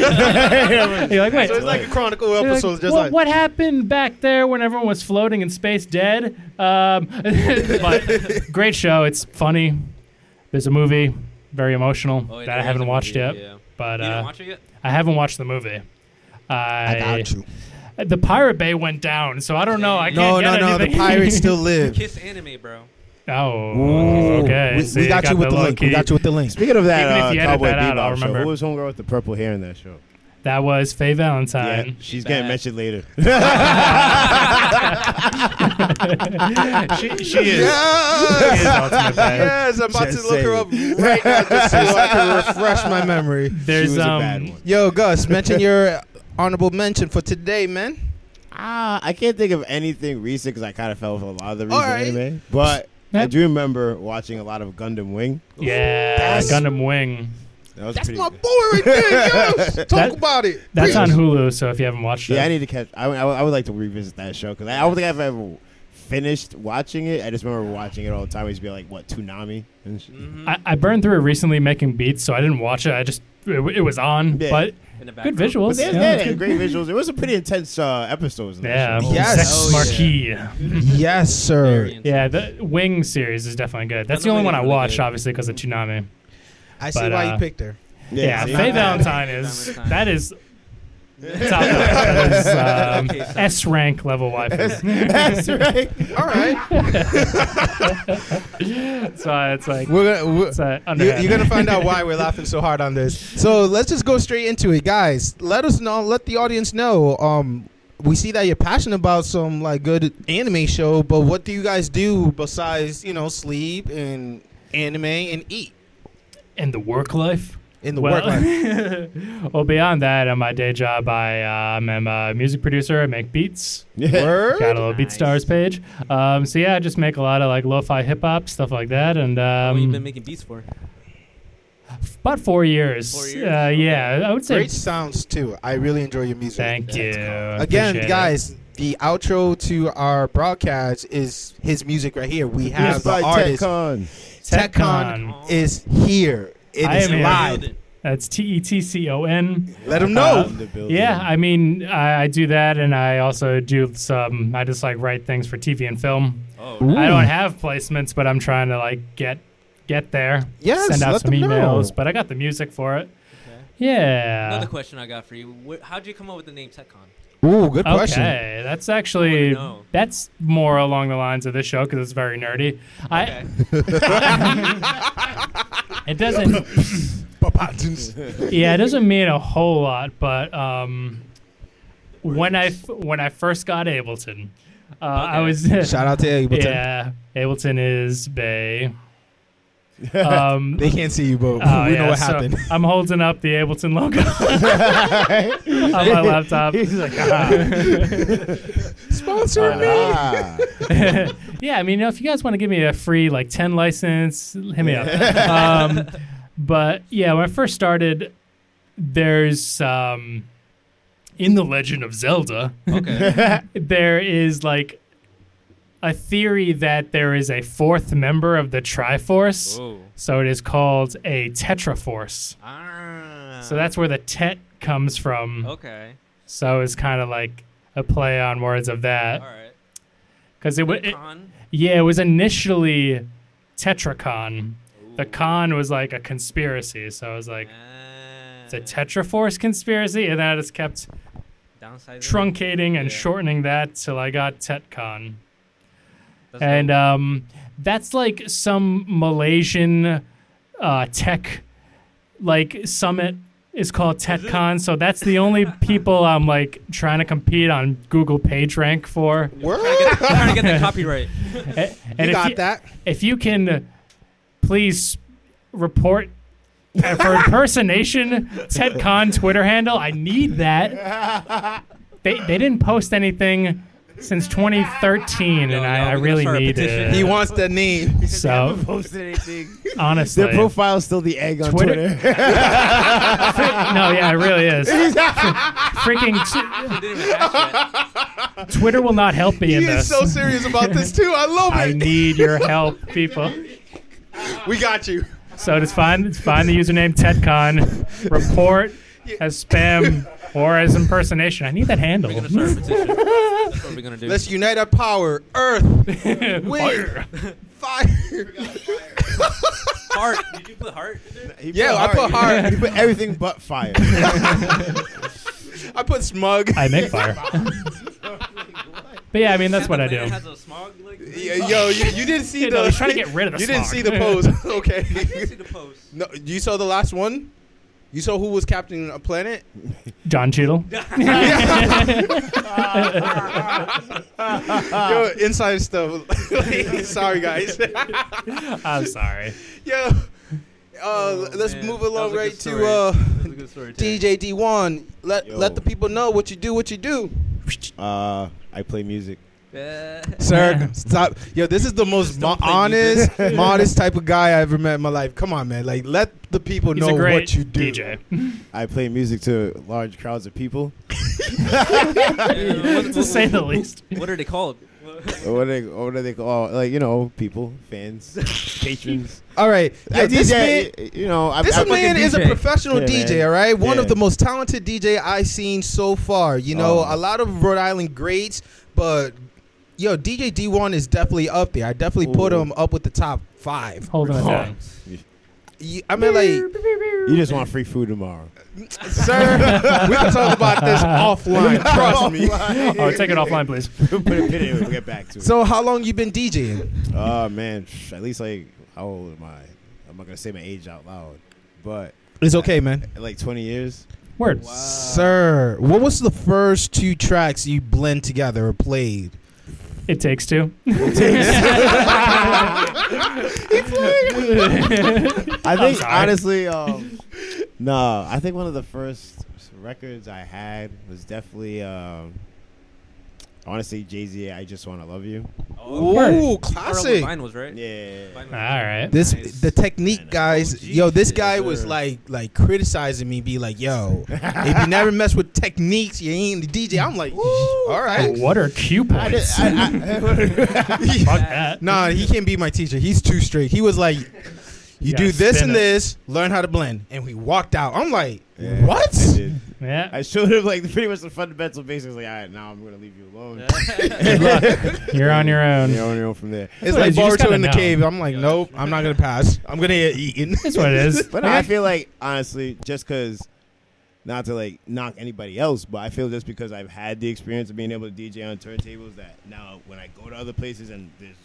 S3: you're like, wait,
S2: So it's like a chronicle
S3: They're like,
S2: episode, just
S3: what,
S2: like
S3: what happened back there when everyone was floating in space dead? Um, but great show. It's funny. There's a movie, very emotional
S5: Oh, yeah,
S3: that
S5: there
S3: I
S5: is
S3: haven't
S5: a
S3: watched
S5: movie,
S3: yet.
S5: yeah.
S3: But
S5: you didn't
S3: uh,
S5: watch it yet?
S3: I haven't watched the movie. I,
S2: I got you.
S3: The Pirate Bay went down, so I don't know. I
S2: No,
S3: can't
S2: no,
S3: get
S2: no. The
S3: anything.
S2: pirates still live.
S1: Kiss anime, bro.
S3: oh,
S2: Ooh.
S3: okay.
S2: We,
S3: see,
S2: we got, you with the,
S3: low
S2: link. We
S3: key.
S2: got you with the link.
S4: Speaking of that,
S3: Even if
S4: uh,
S3: you edit
S4: Cowboy
S3: that out, I'll
S4: Bebop show.
S3: remember.
S4: Who was homegirl with the purple hair in that show?
S3: That was Faye
S4: Yeah,
S3: Valentine.
S4: she's
S5: She's
S4: getting
S5: bad.
S4: mentioned later.
S3: she, she is.
S2: Yes!
S3: She is ultimate bad.
S2: Yes, I'm about
S4: Just
S2: to look her up
S4: saying.
S2: right now just so I can refresh my memory.
S3: There's
S4: was a
S3: um.
S4: bad one.
S2: Yo, Gus, mention your honorable mention for today, man.
S4: Ah, I can't think of anything recent because I kind of fell for a lot of the
S2: All
S4: recent
S2: right.
S4: anime. But I
S3: Yep.
S4: do remember watching a lot of Gundam Wing.
S3: Yeah,
S2: That's-
S3: Gundam Wing.
S4: That was
S2: That's
S4: pretty
S2: my
S4: good.
S2: boy right there. Yes, talk
S3: That-
S2: about it.
S3: That's
S2: Preach.
S3: on Hulu, so if you haven't watched it,
S4: Yeah, I need to catch. I, I, I would like to revisit that show because I, I don't think I've ever finished watching it. I just remember watching it all the time. I used to be like, what, Toonami? And sh-
S1: hmm
S3: I, I burned through it recently making beats, so I didn't watch it. I just it, it was on,
S4: Yeah.
S3: but
S1: In the
S3: good
S1: background.
S3: visuals.
S4: But they
S3: Yeah,
S4: had- they had
S3: it's good.
S4: great visuals. It was a pretty intense uh, episodes. In that
S3: Yeah,
S4: show.
S2: Yes.
S3: Sex
S1: Oh, yeah.
S3: Marquee.
S2: Yes, sir.
S1: Very
S3: Yeah, the Wing series is definitely good. That's the
S1: Gundam
S3: only
S1: Wing
S3: one
S1: is
S3: I
S1: really
S3: watched,
S1: good.
S3: obviously, because of Tsunami.
S2: I see
S3: But,
S2: why
S3: uh,
S2: you picked her.
S3: Yeah,
S4: see?
S3: Faye
S1: Yeah.
S3: Valentine is
S1: Valentine.
S3: that is top notch. That is, um,
S1: Okay, so-
S3: S rank level waifu.
S4: That's right.
S2: All right,
S3: so uh, it's like
S2: we're gonna. We're,
S3: it's uh,
S2: you,
S3: underhand.
S2: you're gonna find out why we're laughing so hard on this. So let's just go straight into it, guys. Let us know. Let the audience know. Um, we see that you're passionate about some like good anime show, but what do you guys do besides you know sleep and anime and eat
S3: in the work life.
S2: in the
S3: well,
S2: work life?
S3: well, beyond that, on my day job, I um, am a music producer. I make beats.
S4: Yeah.
S3: Got
S2: Word?
S3: a little Beat
S1: Nice.
S3: Stars page. Um, so yeah, I just make a lot of like lo-fi hip hop stuff like that. And um,
S1: What you been making beats for?
S3: about four years.
S1: Four years?
S3: Uh,
S1: Okay.
S3: yeah, I would say.
S2: Great sounds too. I really enjoy your music.
S3: Thank you.
S2: Again,
S3: Appreciate it.
S2: guys, the outro to our broadcast is his music right here. We have
S4: It's
S2: the
S4: by
S2: artist.
S4: TechCon.
S2: TechCon
S1: Oh,
S2: is here. It
S3: I
S2: is
S3: am here.
S2: live.
S3: That's T E T C O N.
S2: Let him know.
S4: Oh, the building.
S3: Yeah, I mean, I, I do that, and I also do some. I just like write things for TV and film.
S1: Oh,
S3: I don't have placements, but I'm trying to like get get there.
S2: Yes,
S3: send out
S2: let
S3: some
S2: them know.
S3: emails, but I got the music for it.
S1: okay. Another
S3: Yeah.
S1: question I got for you. Where, how'd you come up with the name TechCon?
S2: Uh, Ooh, good question.
S3: Okay, that's actually
S1: I wanna know.
S3: that's more along the lines of this show because it's very nerdy. Eh.
S1: Okay.
S3: I it doesn't yeah, it doesn't mean a whole lot, but um, when I f- when I first got Ableton, uh, I
S1: Okay.
S3: was
S2: Shout out to Ableton.
S3: yeah, Ableton is Bay. Um,
S2: They can't see you, but
S3: oh,
S2: we know
S3: yeah,
S2: what
S3: so
S2: happened.
S3: I'm holding up the Ableton logo on my laptop.
S4: He's like, ah.
S2: Sponsor
S4: ah.
S3: yeah, I mean, you know, if you guys want to give me a free like ten license, hit me up. um, but yeah, when I first started, there's um, in the Legend of Zelda,
S1: Okay.
S3: there is like a theory that there is a fourth member of the Triforce.
S5: Oh.
S1: Whoa.
S3: So it is called a Tetraforce.
S1: Ah.
S3: So that's where the Tet comes
S5: Oh.
S3: from.
S1: Okay.
S3: So it's kind of like a play on words of
S1: All
S3: that
S1: right.
S3: because Eh. it, wa- it
S1: Con.
S3: yeah, it was initially Tetracon. The con was like a conspiracy, so I was like,
S1: Ah.
S3: it's a Tetraforce conspiracy, and then I just kept
S1: Downsizing.
S3: truncating
S1: Yeah.
S3: and shortening that till I got Tetcon.
S1: That's
S3: and
S1: dope.
S3: um, that's like some Malaysian uh, tech like summit is called TechCon, so that's the only people I'm like trying to compete on Google PageRank for.
S2: Word?
S1: I'm trying to get the copyright.
S3: A- Eh,
S2: You
S3: And if
S2: got
S3: you,
S2: that.
S3: If you can, uh, please report. uh, for impersonation, Ted Con Twitter handle. I need that. They, they didn't post anything since 2013,
S1: Yo,
S3: and
S1: yo,
S3: I, I
S1: we're gonna
S3: really
S1: start a
S3: need
S1: petition.
S3: it.
S2: He wants the name.
S3: so
S4: posted anything.
S3: honestly,
S4: Their profile's still the egg on
S3: Twitter-
S4: Twitter.
S3: no, yeah, it really is.
S1: They
S3: Freaking
S1: didn't even ask
S3: t- Twitter will not help me
S2: He
S3: in
S2: is
S3: this.
S2: so serious about this too. I love
S3: I
S2: it.
S3: need your help, people.
S2: We got you.
S3: So just find find the username TedCon, report as spam or as impersonation. I need that handle.
S1: that. We're gonna start a petition. That's what we're gonna do.
S2: Let's unite our power. Earth, wind, fire.
S1: heart. Did you put heart? in there?
S4: He
S2: Yeah, I put heart.
S4: You put everything but fire.
S2: I put smug.
S3: I make fire. but yeah, I mean that's what I do.
S1: Has a smog like.
S2: Yeah, Yo, you, you didn't see
S3: Yeah,
S2: the.
S3: no, he's trying to get rid of the
S2: You didn't
S3: smog.
S2: see the pose.
S1: I didn't see
S2: okay.
S1: the post.
S2: No, you saw the last one. You saw who was captaining a planet.
S3: John Cheadle.
S2: Yo, inside stuff. Like, sorry, guys.
S3: I'm sorry.
S2: Yo, uh, let's
S1: Oh, man.
S2: move
S1: That
S2: along
S1: was a
S2: right
S1: good
S2: to
S1: story.
S2: uh,
S1: That's a good story. Ted.
S2: DJ D1. Let
S4: Yo.
S2: let the people know what you do. What you do,
S4: Uh, I play music.
S1: Yeah.
S2: sir. Stop. Yo, this is the most mo- honest, modest type of guy I ever met in my life. Come on, man. Like, let the people
S3: He's
S2: know
S3: a great
S2: what you do.
S3: DJ.
S4: I play music to large crowds of people.
S1: Yeah, what-
S3: to
S1: what-
S3: say the least.
S1: What are they called?
S4: What are they, what are they called? Like you know, people, fans, patrons.
S2: All right. Yo,
S4: I
S2: this man,
S4: you know, I,
S2: this
S4: I
S2: man is a
S5: DJ.
S2: professional
S4: Yeah,
S2: DJ,
S4: man.
S2: all right? One of
S4: Yeah.
S2: the most talented DJ I've seen so far. You know,
S4: Oh.
S2: a lot of Rhode Island greats, but yo, DJ D1 is definitely up there. I definitely put
S4: Ooh.
S2: him up with the top five.
S3: Holding it down.
S2: You- I mean, like,
S4: You just want free food tomorrow.
S2: sir, we can talk about this offline. Trust me.
S3: Oh, take it offline, please.
S4: Put a pin in it. We'll get back to it.
S2: So, how long you been DJing?
S4: Oh man, psh, at least like how old am I? I'm not gonna say my age out loud, but
S2: It's okay, man.
S4: like 20 years.
S3: Word.
S2: Sir, what was the first two tracks you blend together or played?
S3: It takes two.
S4: I
S3: I'm
S4: think
S3: sorry.
S4: honestly, um, no, I think one of the first records I had was definitely um, I want to say Jay Z. I just want to love you.
S1: Oh.
S2: Ooh,
S5: Part of what
S2: classic.
S5: Mine was right.
S4: Yeah.
S5: Mine was-
S3: All right.
S2: This
S1: Nice.
S2: the technique,
S4: And, uh,
S2: guys.
S4: OG
S2: yo, this
S4: shit,
S2: guy
S4: sir.
S2: was like like criticizing me, be like, "Yo, if you never mess with techniques, you ain't the DJ." I'm like, "All right."
S3: What are cue
S4: I did,
S3: points?
S4: I, I,
S3: Fuck that.
S2: Nah, he can't be my teacher. He's too strict. He was like, "You
S3: Yeah,
S2: do this
S3: spin
S2: and
S3: it.
S2: this, learn how to blend," and we walked out. I'm like,
S4: Yeah,
S2: "What?"
S4: I did.
S3: Yeah.
S4: I showed him like pretty much the fundamental basics. Like, all right, now I'm gonna leave you alone.
S3: You're on your own.
S4: You're on your own from there.
S2: It's
S3: what it
S2: like
S3: is. You just
S2: Boruto
S3: gotta
S2: in the
S3: know.
S2: cave. I'm like, "Nope, I'm not gonna pass. I'm gonna get eaten."
S3: That's what it is.
S4: But I feel like honestly, just because, not to like knock anybody else, but I feel just because I've had the experience of being able to DJ on turntables that now when I go to other places and there's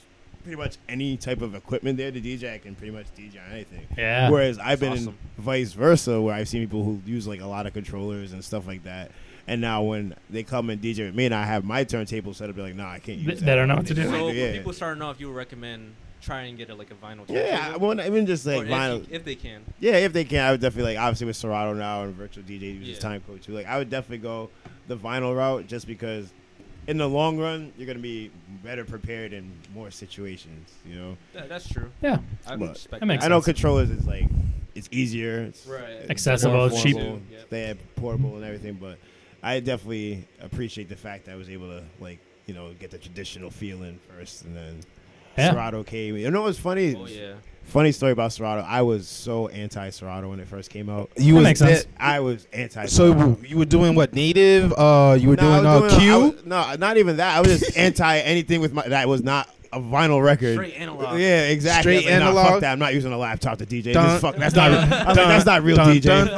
S4: pretty much any type of equipment there to DJ, I can pretty much DJ on anything.
S3: Yeah.
S4: Whereas I've been
S5: awesome.
S4: in vice versa, where I've seen people who use like a lot of controllers and stuff like that. And now when they come and DJ with me, and I have my turntable set up, they're like, "No, I can't
S3: They-
S4: use
S3: they
S4: that."
S3: don't know what to do.
S4: Yeah.
S3: So,
S1: So
S4: yeah.
S1: for people starting off, you would recommend try and get a, like a vinyl.
S4: Yeah, I
S1: turntable?
S4: want even just
S1: Or
S4: like
S1: if,
S4: vinyl.
S1: you- if they can.
S4: Yeah, if they can, I would definitely like obviously with Serato now and virtual DJ uses
S1: Yeah.
S4: time code too. Like I would definitely go the vinyl route just because in the long run you're gonna be better prepared in more situations. You know,
S1: That, that's true.
S3: Yeah.
S1: I
S4: But-
S1: would respect
S3: That makes
S4: I know
S3: sense.
S4: controllers is like it's easier, it's
S1: Right.
S4: it's
S3: Accessible,
S4: more
S3: it's cheap.
S4: affordable,
S1: Yeah.
S4: They have portable and everything, but I definitely appreciate the fact that I was able to like you know get the traditional feeling first and then.
S3: Yeah.
S4: Serato came. You know what's funny?
S1: Oh yeah.
S4: Funny story about Serato. I was so anti Serato when it first came out.
S2: You
S3: That
S2: was
S3: makes sense.
S2: dead-
S4: I was anti.
S2: So you were doing what? Native? Uh, you were
S4: No, I
S2: doing
S4: was
S2: uh,
S4: doing-
S2: Q?
S4: I was- no, not even that. I was just anti anything with my that was not a vinyl record.
S1: Straight analog.
S4: Yeah, exactly.
S2: Straight
S4: I was like, nah,
S2: analog.
S4: fuck that. I'm not using a laptop to DJ.
S2: Dun,
S4: This fuck. That's not. I was like, that's not real
S2: Dun,
S4: DJ.
S2: dun, dun,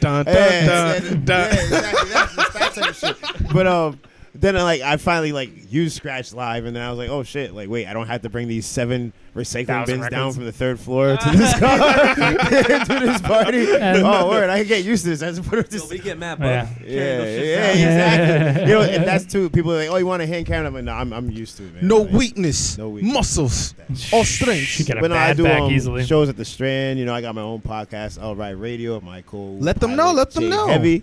S2: dun,
S4: Yeah,
S2: dun,
S4: yeah,
S2: dun, dun.
S4: yeah, exactly. That's just that type of shit. But um, then I, like I finally like used Scratch Live, and then I was like, oh shit, like wait, I don't have to bring these seven recycling
S3: Thousand
S4: bins down
S3: records.
S4: from the third floor to this car to this party.
S3: And-
S4: oh word, I can get used to this. I just put it
S1: Yo,
S4: this.
S1: we get mad, bro.
S3: Yeah.
S1: Carrying
S4: Yeah,
S1: those shits
S4: yeah,
S1: around.
S4: exactly. you know, and that's too. People are like, oh, you want a hand camera? I'm like, no, I'm, I'm used to it, man.
S2: No
S4: Like,
S2: weakness.
S4: No weakness.
S2: Muscles. All
S3: She
S2: strengths.
S3: get a
S4: But no, I
S3: bad
S4: do
S3: back
S4: um,
S3: easily.
S4: shows at the Strand. You know, I got my own podcast, All Right Radio. My co.
S2: Let them know,
S4: pilot,
S2: let them
S4: Jay
S2: know.
S4: Heavy.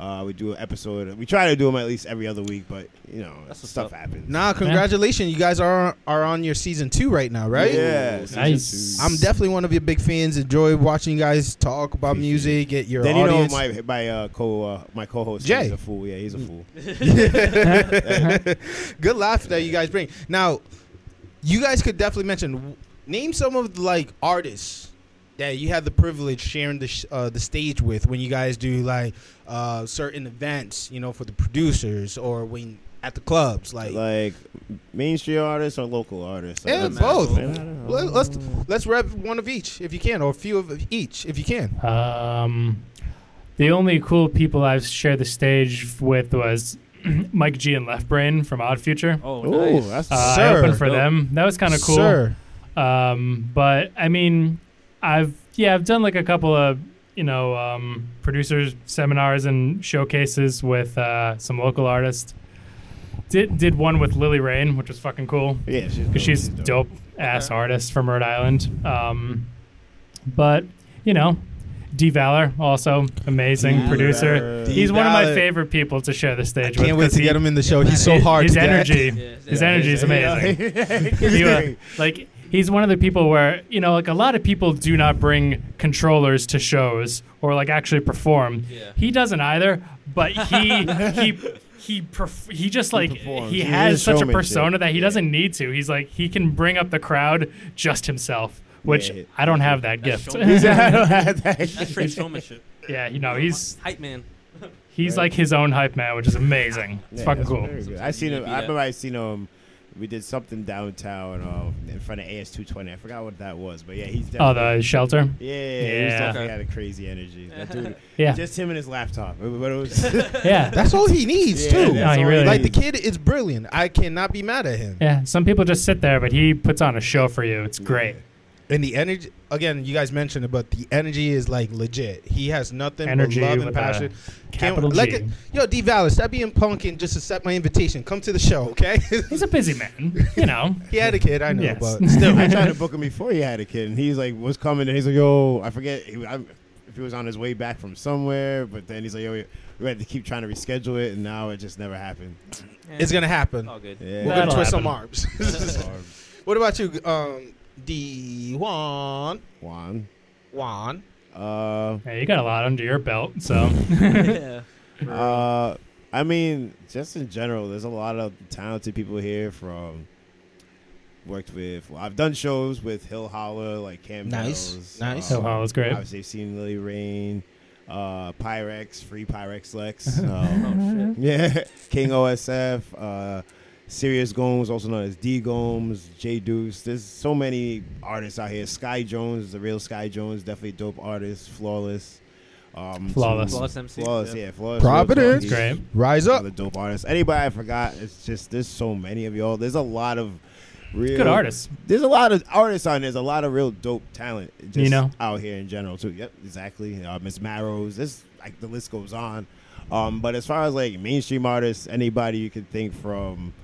S4: Uh, we do an episode. We try to do them at least every other week, but you know,
S1: That's what's up.
S4: stuff happens.
S2: Nah, congratulations. You guys are are on your season two right now, right?
S4: Yeah. season
S3: Nice.
S4: two.
S2: I'm definitely one of your big fans. Enjoy watching you guys talk about music, get your
S4: Then you know
S2: audience.
S4: my my uh, co uh, my co-host
S2: Jay. Mm.
S4: He's a fool. Yeah, he's a fool.
S2: Uh-huh. Good laugh that you guys bring. Now, you guys could definitely mention name some of the, like artists that you had the privilege sharing the sh- uh, the stage with when you guys do like uh, certain events, you know, for the producers or when at the clubs. Like,
S4: like mainstream artists or local artists.
S2: yeah,
S4: Like,
S2: both.
S4: I don't know.
S2: Let, let's let's rep one of each if you can, or a few of each if you can.
S3: Um, The only cool people I've shared the stage with was Mike G and Left Brain from Odd Future.
S5: Oh,
S4: Ooh,
S5: nice.
S4: that's
S3: Uh, I
S2: Sir.
S3: opened for
S5: Dope.
S3: them. That was kind of cool.
S2: Sir.
S3: Um, but I mean, I've yeah, I've done like a couple of you know um, producers seminars and showcases with uh, some local artists. Did did one with Lily Rain, which was fucking cool
S4: yeah, she's dope.
S3: because she's
S2: Oh,
S3: dope ass artist from Rhode Island. Um, but you know, D Valor also amazing
S4: D.
S3: producer.
S4: Valor.
S3: He's
S4: D.
S3: one of my
S4: Valor.
S3: favorite people to share the stage with.
S2: Can't wait
S3: 'cause
S2: to
S3: he-
S2: get him in the show. He's so
S1: his-
S2: hard.
S3: his
S2: to get.
S3: energy,
S1: Yeah,
S3: his
S1: yeah,
S3: energy is
S1: yeah.
S3: amazing. He, uh, like he's one of the people where you know, like a lot of people do not bring controllers to shows or like actually perform.
S1: Yeah.
S3: He doesn't either, but he he. He perf- he just like
S4: performs.
S3: he
S4: He
S3: has
S4: is
S3: such a
S4: showmanship.
S3: persona that he
S4: Yeah.
S3: doesn't need to. He's like he can bring up the crowd just himself, which
S4: Yeah.
S3: I don't have that
S1: That's
S3: gift.
S1: showmanship.
S4: I don't have that.
S1: That's pretty showmanship.
S3: yeah, you know he's
S1: hype man.
S3: he's
S4: Right.
S3: like his own hype man, which is amazing. It's
S4: Yeah,
S3: fucking
S4: that's
S3: cool.
S4: very good. I
S1: Sometimes
S4: seen
S1: you
S4: him.
S1: gotta
S4: I
S1: be
S4: remember I seen him. We did something downtown uh, in front of AS220. I forgot what that was, but yeah, he's
S3: Oh,
S4: definitely.
S3: the shelter.
S4: yeah, yeah, he's
S3: Yeah.
S4: definitely had a crazy energy. That dude,
S3: Yeah,
S4: just him and his laptop. But it was,
S3: yeah.
S2: That's all he needs
S4: yeah,
S2: too.
S3: No,
S4: that's
S3: he
S4: all
S3: really-
S2: Like the kid
S4: needs.
S2: is brilliant. I cannot be mad at him.
S3: Yeah, some people just sit there, but he puts on a show for you. It's great.
S2: And the energy again, you guys mentioned it, but the energy is like legit. He has nothing
S3: Energy
S2: but love
S3: with
S2: and
S3: a
S2: passion.
S3: capital
S2: like
S3: G.
S2: yo, D Valor, stop being punk and just accept my invitation. Come to the show, okay?
S3: He's a busy man, you know.
S2: he had a kid, I know,
S3: Yes.
S2: but still.
S4: I tried to book him before he had a kid, and he's like, "What's coming?" And he's like, "Yo, I forget he, I, if he was on his way back from somewhere." But then he's like, "Yo, we, we had to keep trying to reschedule it, and now it just never happened."
S2: It's gonna happen.
S1: all good.
S4: Yeah,
S2: We're gonna
S3: Oh, That'll
S2: twist some
S3: happen.
S2: arms. what about you, um, D Juan?
S4: Juan.
S2: Juan.
S4: Uh,
S3: Yeah, you got a lot under your belt, so
S4: Mm.
S1: yeah.
S4: Uh, I mean, just in general, there's a lot of talented people here. From worked with, well, I've done shows with Hill Holler, like Cam.
S2: Nice,
S4: Bells, uh,
S2: nice.
S3: Hill Holler was Oh, great.
S4: Obviously, I've seen Lily Rain, uh, Pyrex, Free Pyrex Lex. um,
S1: Oh
S4: yeah, King OSF, uh, Serious Gomes, also known as D Gomes, J Deuce. There's so many artists out here. Sky Jones, the real Sky Jones, definitely dope artist, flawless. Um,
S3: Flawless.
S4: some-
S1: Flawless MC,
S4: Flawless,
S1: yeah.
S4: yeah, flawless.
S2: Providence.
S3: it's great.
S2: Rise up.
S4: Another dope artist. Anybody I forgot? It's just there's so many of y'all. There's a lot of real
S3: Good artists.
S4: There's a lot of artists on. there. There's a lot of real dope talent. Just
S3: You know?
S4: out here in general too. Yep, exactly. Uh, Miss Marrows. This like the list goes on. Um, but as far as like mainstream artists, anybody you can think from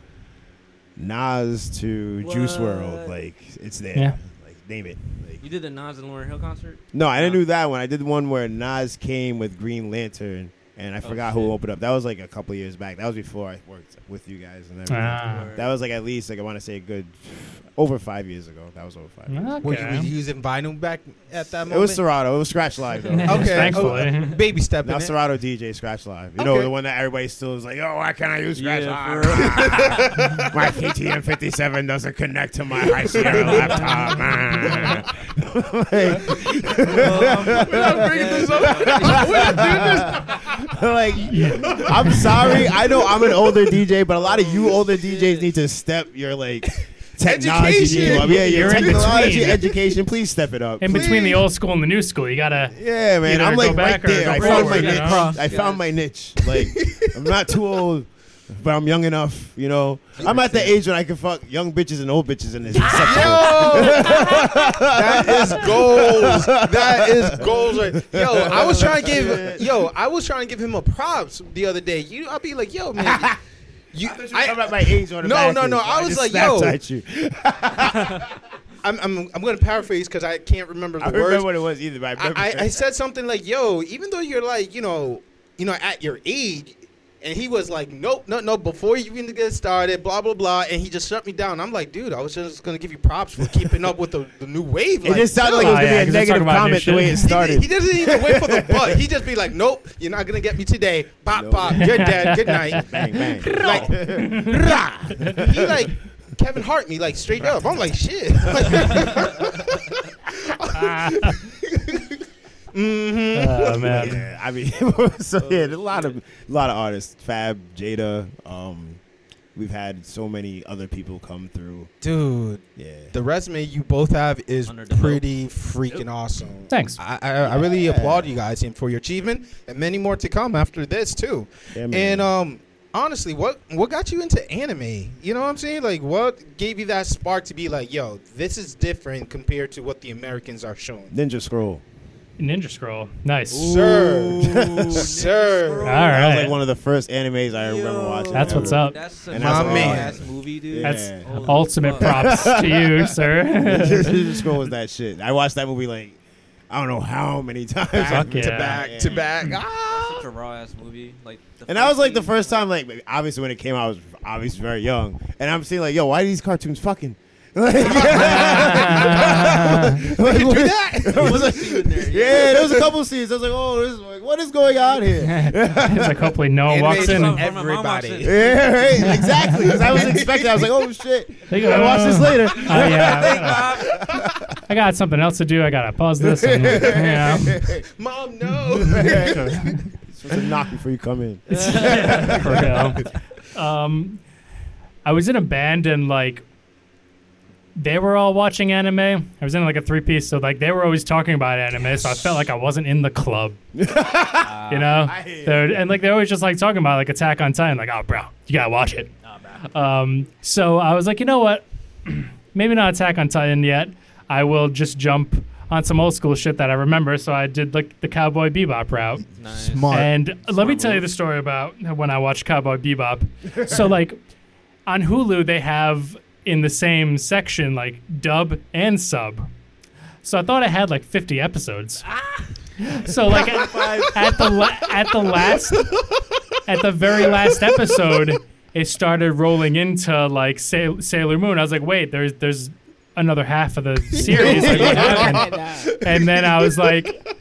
S4: Nas to Juice
S1: What?
S4: World, like it's there.
S3: Yeah.
S4: Like name it. Like,
S1: You did the Nas and Lauren Hill concert?
S4: no, I didn't
S1: Wow.
S4: do that one. I did one where Nas came with Green Lantern, and I forgot who
S1: shit.
S4: opened up. That was like a couple years back. That was before I worked with you guys and everything.
S3: Ah.
S4: Uh, That was like at least like I want to say a good over five years ago. That was over five. years.
S2: Were you, were you
S3: Okay.
S2: using vinyl back at that
S4: It
S2: moment?
S4: was Serato. It was Scratch Live though.
S2: Okay.
S3: Thankfully.
S2: oh, baby step.
S4: Not
S2: in it.
S4: Serato DJ Scratch Live. You know
S2: Okay.
S4: the one that everybody still is like, oh, why can't I use Scratch
S1: Yeah,
S4: Live? Ah, my PTM fifty seven doesn't connect to my high Sierra laptop. Ah. like I'm sorry. I know I'm an older DJ, but a lot of you older DJs need to step your like technology
S2: Education.
S4: game up. Yeah, your
S3: You're in
S4: technology
S3: between.
S4: education. Please step it up.
S3: In
S4: Please.
S3: between the old school and the new school, you gotta.
S4: Yeah, man.
S3: Either
S4: I'm
S3: go
S4: like right
S3: back or
S4: there.
S3: go
S4: I found
S3: forward,
S4: my
S3: you
S4: niche.
S3: know?
S4: I found my niche. Like I'm not too old. But I'm young enough, you know. I'm at the age when I can fuck young bitches and old bitches in this. receptacle.
S2: that is goals. That is goals. Right. Yo, I was trying to give. Yo, I was trying to give him a props the other day. You, I'll be like, yo, man. You,
S4: I'm at my age on the
S2: No,
S4: back
S2: no, no,
S4: end, so
S2: I was
S4: just
S2: like, yo.
S4: Snapchat you.
S2: I'm, I'm, I'm gonna paraphrase because I can't remember the
S4: I don't
S2: words.
S4: remember what it was either. But I, remember
S2: I, I, I said something like, "Yo, even though you're like, you know, you know, at your age," and he was like, "Nope, no, no." Before you even get started, blah blah blah, and he just shut me down. I'm like, dude, I was just gonna give you props for keeping up with the, the new wave.
S4: It just sounded like it
S2: chill.
S4: was gonna
S3: Oh, yeah,
S4: be a
S3: 'cause they're talking
S4: negative
S3: about new
S4: comment the
S3: shit.
S4: way it started.
S2: He, he doesn't even wait for the butt. He just be like, "Nope, you're not gonna get me today." Pop,
S4: Nope.
S2: pop, you're dead. Good night.
S4: bang bang.
S2: Like, rah. he like Kevin Hart me like straight up. I'm like, shit.
S3: Oh man.
S4: yeah, uh, I mean, so yeah, there's a lot of a lot of artists. Fab, Jada, um, we've had so many other people come through.
S2: Dude,
S4: Yeah.
S2: the resume you both have is
S1: Underdeveloped.
S2: pretty freaking awesome.
S3: Thanks.
S2: I, I, I really applaud you guys and for your achievement and many more to come after this too.
S4: Yeah, man.
S2: and um, honestly, what what got you into anime? You know what I'm saying? Like, what gave you that spark to be like, yo, this is different compared to what the Americans are showing?
S4: Ninja Scroll.
S3: Ninja Scroll. Nice.
S2: Sir,
S3: All
S2: sir.
S4: That was
S3: right.
S4: like one of the first animes I remember
S1: Yo.
S4: watching.
S3: That's what's up.
S1: That's such
S4: And
S1: a
S4: that's
S2: what
S1: ass
S4: I-
S1: movie, dude.
S4: Yeah.
S3: That's
S1: Holy fuck.
S3: ultimate props to you, sir.
S4: Ninja Scroll was that shit. I watched that movie like I don't know how many times.
S3: Fuck yeah.
S2: Back to back. Ah.
S1: Such a raw ass movie. Like, the
S4: And that was like the
S1: scene-
S4: first time, like obviously when it came out, I was obviously very young, and I'm seeing like, yo, why are these cartoons fucking? Like, Like,
S2: do
S4: what-
S2: that?
S4: I was like-
S1: scene in there,
S4: yeah, there was a couple scenes. I was like, oh, this is like, what is going on here?
S3: it's like hopefully no one walks in.
S1: Animation.
S3: and-
S1: everybody.
S4: Yeah, right, exactly. 'cause I was expecting. I was like, oh shit,
S3: They go,
S4: I watch this
S3: uh,
S4: later.
S3: Oh yeah. I got something else to do. I gotta pause this. And, you know,
S2: Mom, no.
S4: Supposed to knock before you come in.
S3: for real. Um, I was in a band and like they were all watching anime. I was in like a three piece, so like they were always talking about anime. So I felt like I wasn't in the club. Ah, you know, They're- and like they're always just like talking about like Attack on Titan. Like, oh, bro, you gotta watch it. Um, so I was like, you know what? Maybe not Attack on Titan yet. I will just jump on some old school shit that I remember. So I did like the Cowboy Bebop route.
S1: Nice.
S3: And let me
S1: Smart
S3: tell you
S1: move.
S3: the story about when I watched Cowboy Bebop. so like on Hulu they have in the same section like dub and sub. So I thought I had like 50 episodes. So like at, at the la- at the last at the very last episode it started rolling into like Sail- Sailor Moon. I was like, "Wait, there's there's another half of the series. Like, what happened?" And then I was like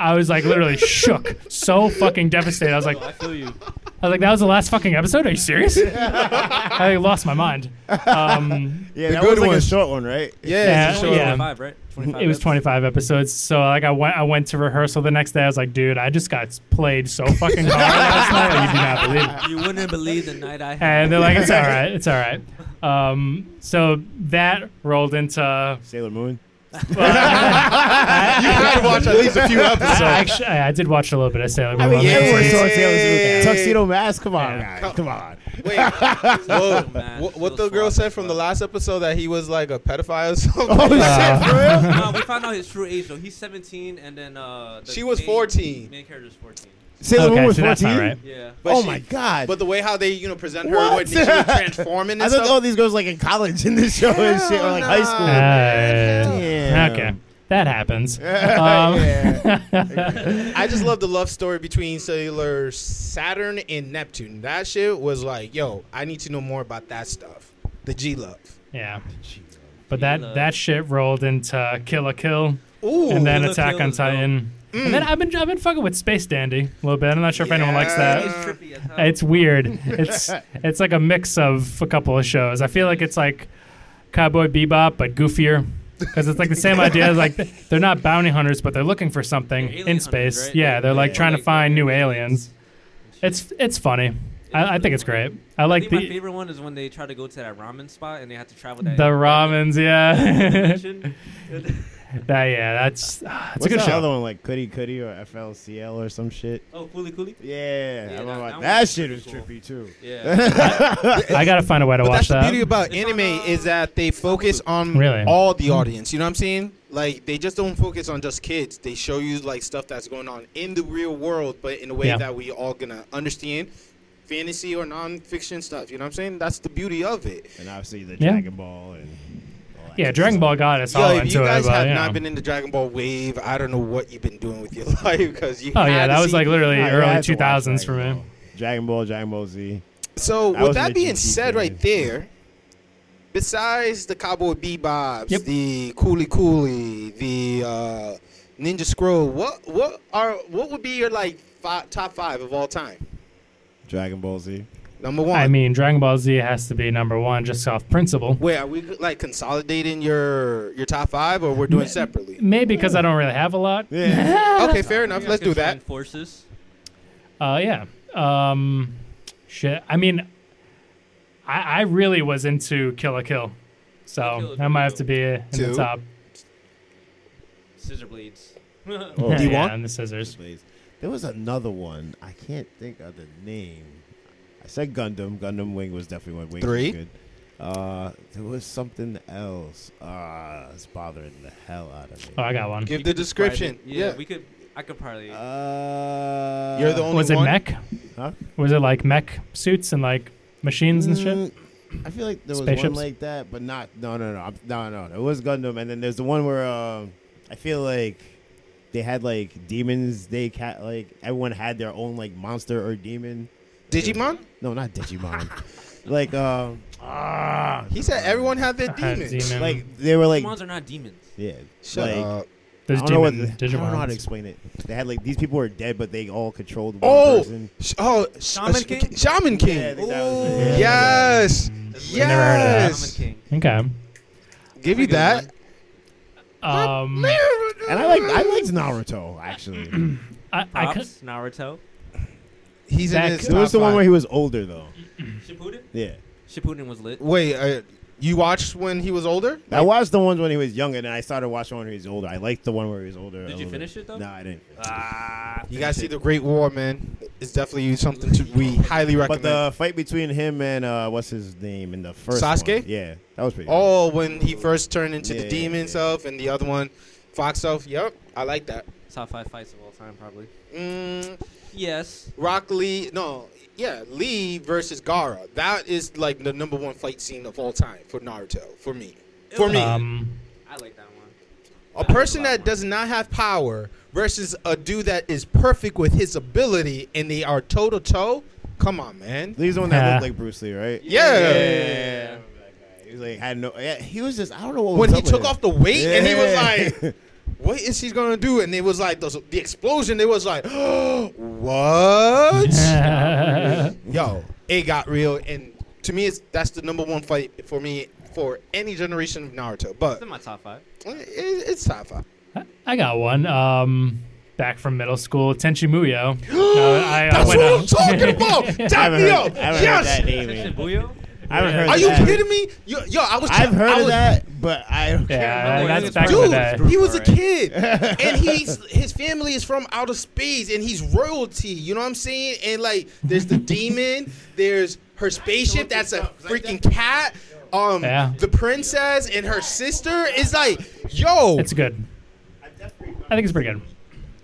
S3: I was like literally shook, so fucking devastated. I was like,
S1: I feel you.
S3: I was like, that was the last fucking episode. Are you serious? I lost my mind. Um,
S4: Yeah,
S2: The
S4: that
S2: good
S4: was like a
S2: ones.
S4: short one, right?
S2: Yeah,
S3: Yeah,
S2: it's a show.
S3: yeah.
S1: 25, right? 25
S3: it was
S1: episodes.
S3: 25 episodes, so like I went, I went to rehearsal the next day. I was like, dude, I just got played so fucking hard last night. You do not believe. It.
S1: You wouldn't believe the night I had.
S3: And they're like, it's all right, it's all right. Um, so that rolled into.
S4: Sailor Moon.
S2: You had to watch at least a few
S3: I,
S2: episodes.
S3: actually, I did watch a little bit of Sailor Moon. on
S2: yeah,
S3: that
S4: Everyone
S3: one.
S2: yeah,
S4: saw
S2: yeah,
S4: Sailor
S2: yeah,
S4: Moon.
S2: yeah.
S4: Tuxedo Mask. Come on,
S3: Yeah.
S4: guys. Come on.
S2: Wait, whoa.
S1: Man,
S2: What,
S1: it
S2: what
S1: was
S2: the girl
S1: fun.
S2: said from the last episode that he was like a pedophile or something?
S4: Oh shit, for real?
S1: no, we found out his true age though. He's 17, and then uh, the
S2: She was
S1: main-
S2: 14.
S1: Main character's 14.
S4: Sailor Moon
S3: Okay,
S4: was
S3: so that's not
S4: 14.
S3: right.
S1: Yeah.
S2: But
S4: oh
S2: she-
S4: my god!
S2: But the way how they you know present her
S4: What?
S2: when she was transforming
S4: I
S2: and
S4: thought
S2: stuff.
S4: all these girls like in college in this show and shit, or like high
S2: Hell
S4: school.
S2: no.
S3: Uh,
S4: Damn.
S3: Okay, that happens. Um,
S2: I just love the love story between cellular Saturn and Neptune. That shit was like, yo, I need to know more about that stuff. The G love.
S3: Yeah. But that,
S1: Killa.
S3: that shit rolled into Kill a Kill
S2: Ooh,
S3: and then
S1: Kill la
S3: Attack
S1: Kill
S3: on
S1: is dope.
S3: Titan. And then I've been I've been fucking with Space Dandy a little bit. I'm not sure if anyone likes
S1: He's
S3: that.
S2: Yeah.
S1: trippy as hell.
S3: It's weird. It's it's like a mix of a couple of shows. I feel like it's like Cowboy Bebop but goofier because it's like the same idea. It's Like they're not bounty hunters, but they're looking for something
S1: They're alien
S3: in
S1: hunters,
S3: space.
S1: right?
S3: Yeah, they're like
S1: Yeah.
S3: trying to
S1: Like,
S3: find new
S1: yeah.
S3: aliens. It's it's funny. I, I think it's great. I
S1: I
S3: like
S1: think my
S3: the
S1: favorite one is when they try to go to that ramen spot and they have to travel
S3: the
S1: that
S3: ramens. Yeah.
S1: dimension.
S3: That yeah, that's
S2: uh,
S3: ah, it's
S4: What's
S3: a good
S4: that
S3: show.
S4: other one like Cuddy Cuddy or FLCL or some shit?
S1: oh, Cooley Cooley.
S4: Yeah, I
S1: that-
S4: remember
S1: that
S4: that,
S1: one was
S4: shit was
S1: pretty cool.
S4: trippy too.
S1: Yeah.
S3: I gotta find a way to
S2: But that's
S3: watch
S2: the
S3: that.
S2: beauty about
S1: It's
S2: anime
S1: on, Mm-hmm. uh,
S2: is that they focus on
S3: Really?
S2: all the audience. You know what I'm saying? Like they just don't focus on just kids. They show you like stuff that's going on in the real world, but in a way
S3: Yeah.
S2: that we all gonna understand. Fantasy or non-fiction stuff. You know what I'm saying? That's the beauty of it.
S4: And obviously the
S3: Yeah.
S4: Dragon Ball and all that
S3: yeah,
S4: good
S3: Dragon
S4: stuff.
S3: Ball got us
S2: Yo,
S3: all
S2: if
S3: into
S2: you guys
S3: it. But,
S2: have
S3: you know.
S2: not been into Dragon Ball Wave, I don't know what you've been doing with your life because you.
S3: oh
S2: had
S3: yeah,
S2: to
S3: that was
S2: see-
S3: like literally
S4: Yeah, I
S3: early
S4: had to
S3: two
S4: watch
S3: thousands for
S4: Dragon
S3: me.
S4: Ball. Dragon Ball, Dragon Ball Z.
S2: So
S4: I
S2: with
S4: was an
S2: that being
S4: AT&T
S2: said, right
S4: fan.
S2: there, besides the Cowboy Bebop's,
S3: Yep.
S2: the Cooley Cooley, the uh, Ninja Scroll, what what are what would be your like fi top five of all time?
S4: Dragon Ball Z.
S2: Number one.
S3: I mean, Dragon Ball Z has to be number one just off principle.
S2: wait, are we like consolidating your your top five, or we're doing separately?
S3: Maybe because I don't really have a lot.
S4: Yeah.
S2: Okay, fair enough.
S1: You guys
S2: Let's
S1: can
S2: do that.
S1: join Forces.
S3: Uh, yeah. Um, shit. I mean, I, I really was into Kill a Kill,
S1: Kill
S3: so
S1: la Kill.
S3: that might have to be in
S2: Two.
S3: the top.
S1: Scissor blades.
S4: Oh.
S2: Do you
S3: yeah,
S2: want-
S3: and the scissors.
S4: Blaze. There was another one. I can't think of the name. I said Gundam. Gundam Wing was definitely one. Wing was
S2: Three.
S4: Good. Uh, there was something else. Ah, it's bothering the hell out of me.
S3: Oh, I got one.
S2: Give
S1: We
S2: the
S1: could describe
S2: description.
S1: it. Yeah,
S2: Yeah.
S1: we could. I could probably.
S4: Uh,
S2: You're the only
S3: was it
S2: one.
S3: mech?
S4: Huh?
S3: Was it like mech suits and like machines and
S4: Mm,
S3: shit?
S4: I feel like there was
S3: Spaceships?
S4: one like that, but not. No, no, no, I'm- no, no. no. It was Gundam, and then there's the one where um, I feel like they had like demons. They cat like everyone had their own like monster or demon.
S2: Digimon?
S4: No, not Digimon. like um, ah,
S2: He said everyone had their
S3: I had
S2: demons.
S3: demon.
S4: like they were like
S1: Demons are not demons.
S4: yeah,
S2: Shut
S4: like,
S2: up.
S4: I
S3: There's
S4: don't, know what,
S3: demon
S4: I don't know how to
S3: Digimons.
S4: explain it. They had like these people were dead, but they all controlled one
S2: Oh!
S4: person.
S2: Sh- Oh, sh-
S1: Shaman
S2: uh, sh-
S1: King?
S2: Shaman King.
S4: Yeah, I think that was
S1: Ooh.
S4: it. Yeah.
S2: Yes.
S1: That's
S2: Yes.
S1: literally
S3: heard
S1: Shaman King.
S3: Okay.
S2: Give
S1: Pretty
S2: you
S1: good
S2: that.
S3: Um,
S4: And I like I liked Naruto actually.
S3: I,
S1: one.
S3: I could,
S1: Props, Naruto.
S2: He's in
S3: That-
S2: his.
S4: there was
S2: top
S4: the one
S2: five.
S4: where he was older though.
S1: Shippuden.
S4: Yeah.
S1: Shippuden was lit.
S2: Wait, uh, you watched when he was older?
S4: I watched the ones when he was younger, and I started watching when he was older. I liked the one where he was older. a
S1: Did you
S4: little
S1: finish
S4: bit.
S1: it, though?
S4: No, I didn't.
S1: Ah,
S2: You guys see the Great War, man. It's definitely something to, we highly
S4: But
S2: recommend.
S4: the fight between him and uh, what's his name in the first
S2: Sasuke?
S4: one, yeah, that was pretty. cool.
S2: oh, when he first turned into the
S4: Yeah,
S2: demon
S4: yeah.
S2: self and the other one, fox self. Yep, I like that.
S1: top five fights of all time, probably.
S2: Mm,
S1: Yes.
S2: Rock Lee, no, yeah, Lee versus Gara. That is like the number one fight scene of all time for Naruto, for me. For me,
S3: um,
S1: I like that one.
S2: a person that does not have power versus a dude that is perfect with his ability and they are toe to toe. Come on, man.
S4: He's the one that
S3: Yeah.
S4: looked like Bruce Lee, right?
S2: Yeah.
S4: yeah. He was like had no. Yeah, he was just I don't know what
S2: When
S4: was
S2: he
S4: up with
S2: took
S4: him.
S2: off the weight and he was like,
S4: Yeah.
S2: what is he gonna do? And it was like the, the explosion. It was like, what? Yo, it got real. And to me, it's that's the number one fight for me for any generation of Naruto. But
S1: It's in my top five.
S2: it, it's top five.
S3: I got one. Um, back from middle school, Tenchi Muyo. Uh, I, I
S2: That's
S3: went
S2: what
S3: out-
S2: I'm talking about.
S4: I
S2: Tap
S4: haven't
S2: me
S4: heard,
S2: up.
S4: I haven't heard that
S2: Yes.
S4: name. in-
S1: Shibuya.
S4: I haven't heard.
S2: Are you
S4: that.
S2: kidding me? Yo, yo I was.
S4: I've heard
S2: I
S4: of
S2: was-
S4: that, but I.
S3: Yeah,
S1: Yeah,
S3: that's
S1: it's
S3: back in the
S1: brutal.
S3: day.
S2: Dude, he was a
S1: Alright.
S2: kid, and he's his family is from outer space, and he's royalty. You know what I'm saying? And like, there's the demon, there's her spaceship that's a freaking cat. Um,
S3: Yeah.
S2: the princess and her sister is like, yo,
S3: It's good. I think it's pretty good.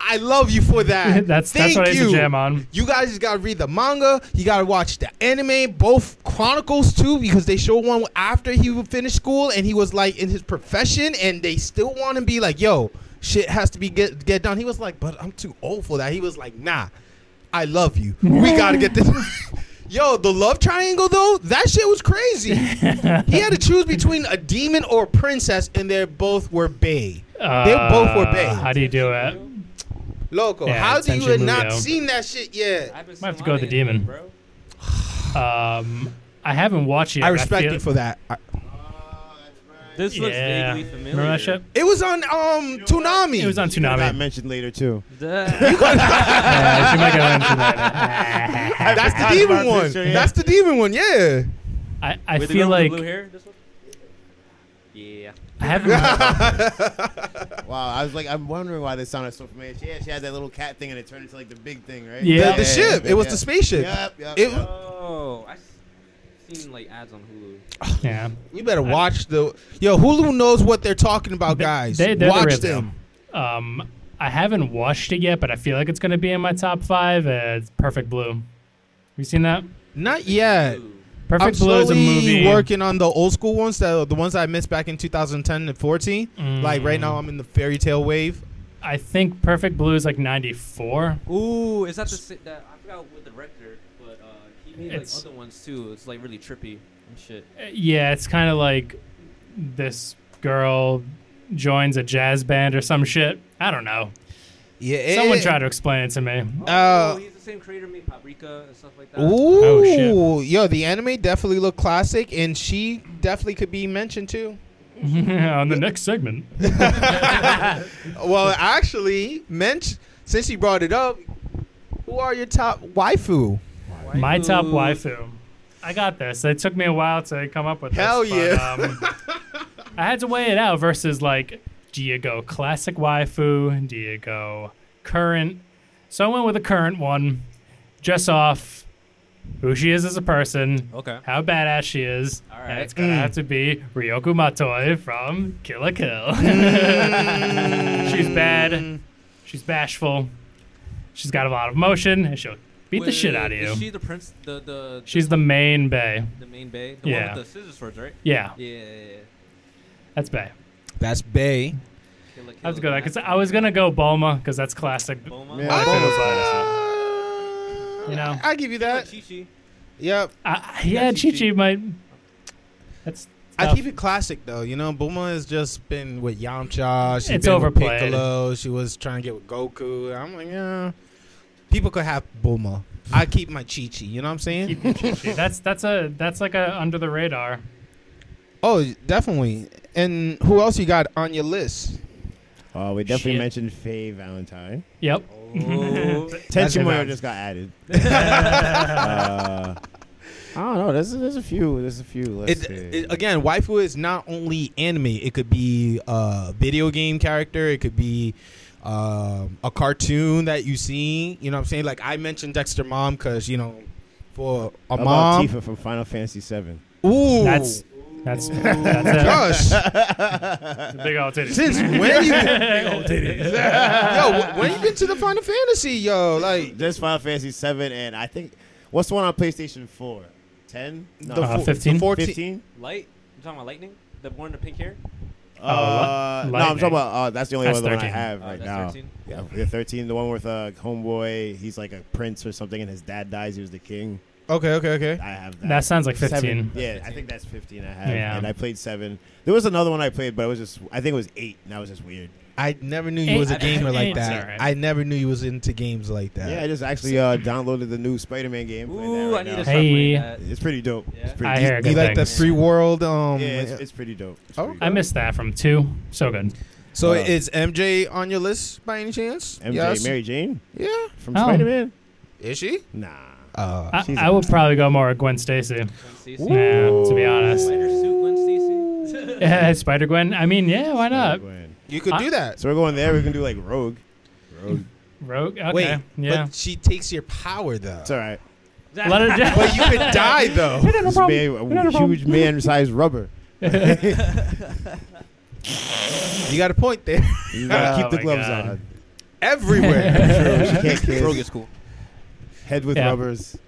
S2: I love you for that.
S3: That's- that's
S2: Thank
S3: what I used
S2: you.
S3: to jam on.
S2: You guys just gotta read the manga. You gotta watch the anime, both chronicles too, because they show one after he would finish school and he was like in his profession, and they still want to be like, "Yo, shit has to be get get done." He was like, "But I'm too old for that." He was like, "Nah, I love you. We gotta get this." Yo, the love triangle though, that shit was crazy. he had to choose between a demon or a princess, and they both were bae. they both were bae.
S3: Uh, How do you do it?
S2: Loco,
S3: Yeah,
S2: how
S3: it's
S2: do you
S3: actually
S2: have not
S3: Muyo.
S2: seen that shit yet?
S1: I've been
S3: Might have to
S1: seeing
S3: go
S1: a lot
S3: with the
S1: of
S3: demon.
S1: anime, bro.
S3: Um, I haven't watched it.
S2: I
S3: but
S2: respect
S3: feel-
S2: you for that. I-
S1: This looks
S3: Yeah.
S1: vaguely familiar.
S3: Remember that shit?
S2: it was on um Toonami.
S3: It was on
S4: I got
S3: Tsunami.
S4: mentioned later too.
S1: Duh.
S3: yeah, she might get on Tsunami.
S2: That's the
S4: forgot
S2: demon
S4: about
S2: one.
S4: this shit, yeah.
S2: That's the demon one. Yeah.
S3: I, I
S1: With the girl
S3: feel
S1: with
S3: like
S1: the blue hair. This one. Yeah.
S3: I haven't.
S4: Wow, I was like, I'm wondering why this sounded so familiar. She had, she had that little cat thing, and it turned into like the big thing, right?
S3: Yeah.
S2: The, the ship. It was
S4: yeah.
S2: the spaceship.
S4: Yep, yep,
S2: It-
S4: yep.
S1: Oh, I s- seen like ads on Hulu.
S3: yeah.
S2: You better watch the. Yo, Hulu knows what they're talking about, Oh, guys.
S3: They, they're
S2: watch
S3: the real
S2: them.
S3: deal. Um, I haven't watched it yet, but I feel like it's going to be in my top five. Uh, it's Perfect Blue. Have you seen that?
S2: Not yet.
S1: Ooh.
S3: Perfect
S2: I'm
S3: Blue
S2: slowly
S3: is a movie.
S2: working on the old school ones, the, the ones I missed back in 2010 and 14. Like right now, I'm in the fairy tale wave.
S3: Mm. I think Perfect Blue is like '94.
S1: Ooh, is that the si- that I forgot what the director, but uh, he made like
S3: It's-
S1: other ones too. It's like really trippy and shit.
S3: Uh, Yeah, it's kind of like this girl joins a jazz band or some shit. I don't know.
S2: Yeah. it-
S3: Someone try to explain it to me.
S2: Uh,
S1: oh, he's the same creator made Paprika and stuff like that.
S2: Ooh,
S3: Oh, shit.
S2: yo, the anime definitely looked classic, and she definitely could be mentioned too.
S3: On the next segment,
S2: Well, actually, mench since you brought it up, who are your top waifu?
S1: Waifu.
S3: my top waifu. I got this. It took me a while to come up with
S4: Hell
S3: this.
S4: yeah.
S3: But, um, I had to weigh it out versus like, do you go classic waifu? Do you go current? So I went with the current one, just off who she is as a person,
S5: Okay.
S3: how badass she is.
S5: All
S3: And it's
S5: right.
S3: gonna have to be Ryoku Matoi from Kill a Kill. she's
S4: Mm.
S3: bad. She's bashful. She's got a lot of emotion, and she'll beat the
S5: Wait,
S3: shit out of you.
S5: Is she the prince? The the
S3: She's the main Bay.
S5: the main bay. The
S3: Yeah.
S5: one with the scissor swords, right?
S3: Yeah,
S5: Yeah. yeah, yeah.
S3: that's Bay.
S2: That's Bay.
S5: Killer, killer,
S3: That's good. I,
S5: Master.
S3: could- I was gonna go Bulma because that's classic.
S5: Bulma.
S4: Yeah,
S3: I
S4: I
S3: feel
S4: think
S3: it's
S4: it's-
S2: Uh,
S3: You
S4: I
S3: know.
S4: I'll give you
S5: Ah!
S4: that.
S5: Chi-Chi.
S2: Yep.
S3: I, yeah, Chi
S5: Chi-Chi.
S3: Chi might. That's.
S2: I
S3: tough.
S2: keep it classic though. You know, Bulma has just been with Yamcha. She's
S3: It's
S2: been
S3: overplayed.
S2: With Piccolo. She was trying to get with Goku. I'm like, yeah. People could have Bulma. I keep my Chi Chi. You know what I'm saying?
S3: Keep it Chi-Chi. That's that's a that's like a under the radar.
S2: oh, definitely. And who else you got on your list?
S4: Oh, we definitely
S3: Shit.
S4: mentioned Faye Valentine.
S3: Yep.
S5: Oh.
S2: That's your
S4: Tenchimoyo
S2: man.
S4: just got added. uh, I don't know. There's there's a few. There's a few. Let's
S2: It,
S4: see.
S2: it, again, waifu is not only anime. It could be a video game character. It could be um, a cartoon that you see. You know what I'm saying? Like I mentioned Dexter Mom because you know, for a
S4: How
S2: mom.
S4: about Tifa from Final Fantasy Seven.
S2: Ooh,
S3: That's that's that's
S2: Josh.
S3: it. Big old titties.
S2: Since when you yo? wh- When you get to the Final Fantasy, yo? Like
S4: There's Final Fantasy Seven, and I think what's the one on PlayStation Four? Ten? No,
S2: the,
S3: Uh,
S2: fo-
S3: 15?
S2: the 14
S4: fifteen.
S5: Light. You talking about lightning? The one with the pink hair.
S4: Uh,
S3: Oh, li-
S4: no, I'm talking
S3: Lightning.
S4: about. Uh, that's the only
S3: That's
S4: other one I
S3: 13.
S4: have
S5: Uh,
S4: right
S5: that's
S4: now.
S5: 13?
S4: Yeah, yeah, 13. The one with uh, homeboy. He's like a prince or something, and his dad dies. He was the king.
S2: Okay, okay, okay.
S4: I have that.
S3: That sounds like
S4: Seven.
S3: fifteen.
S4: Yeah, I think that's 15 I have.
S3: Yeah.
S4: And I played 7. There was another one I played, but it was just, I think it was 8, and that was just weird.
S2: I never knew you was a
S3: Eight.
S2: gamer like
S3: Eight's
S2: that.
S3: alright.
S2: I never knew you was into games like that.
S4: Yeah, I just actually uh, downloaded the new Spider Man game. playing that
S5: Ooh, I
S4: right
S5: need
S4: now.
S5: to start playing
S3: Hey.
S5: that.
S4: It's pretty dope. It's
S5: Yeah.
S4: pretty
S3: I
S4: deep.
S3: hear it.
S2: You like the
S3: Thanks.
S2: free world? Um,
S4: Yeah, it's, it's pretty dope. It's
S2: Oh,
S4: pretty
S3: I
S4: dope.
S3: missed that from two. So good.
S2: So
S4: Uh,
S2: is MJ on your list by any chance?
S4: MJ,
S2: Yes?
S4: Mary Jane
S2: Yeah.
S4: from
S3: Oh.
S4: Spider Man?
S2: Is she?
S4: Nah.
S2: Uh,
S3: I,
S4: She's
S3: I
S4: a-
S3: would probably go more Gwen Stacy.
S5: Gwen Stacy.
S3: Yeah, to be
S4: Ooh.
S3: honest.
S5: Spider suit, Gwen Stacy.
S3: Yeah, Spider Gwen. I mean, yeah, why not?
S4: Spider-Gwen.
S2: you could
S3: I-
S2: do that.
S4: So we're going there. We're going to do like Rogue. Rogue.
S3: Rogue. Okay.
S2: Wait,
S3: yeah.
S2: but she takes your power though.
S4: It's all right.
S3: Let her just.
S2: But you could die though.
S4: This man, a huge man sized rubber.
S2: You got a point there.
S4: You gotta
S3: Oh
S4: keep the
S3: my
S4: gloves
S3: God.
S4: on.
S2: Everywhere.
S4: True, she can't kiss.
S5: Rogue is cool.
S4: Head with
S3: Yeah. Uh,
S4: rubbers.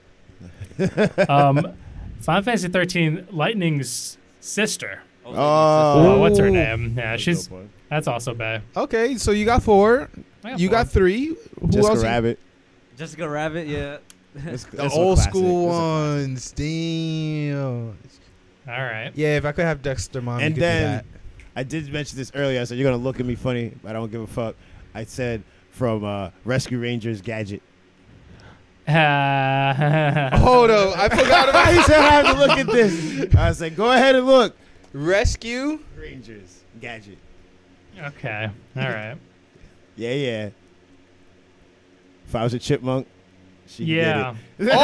S3: um, Final Fantasy 13, Lightning's sister.
S4: Oh.
S3: Oh, what's her
S2: Ooh.
S3: name? Yeah, she's
S4: Dope one.
S3: that's also bad.
S2: okay, so you got four.
S3: I
S2: You
S3: four.
S2: got three. Who
S4: Jessica
S2: else? you-
S4: Rabbit.
S5: Jessica Rabbit, yeah.
S4: That's-
S2: The
S4: that's a
S2: old
S4: classic.
S2: school
S4: That's a-
S2: ones. Damn.
S3: all right.
S2: Yeah, if I could have Dexter, mom, you
S4: And
S2: could
S4: then
S2: do
S4: I did mention this earlier. I said you're gonna look at me funny. I don't give a fuck. I said from uh, Rescue Rangers Gadget.
S2: that. Hold up, I forgot about
S4: he said I have to look at this. I said go ahead and look.
S2: rescue.
S4: Rangers Gadget.
S3: okay. All right.
S4: Yeah, yeah. If I was a chipmunk, she
S3: Yeah.
S4: did it.
S2: Oh,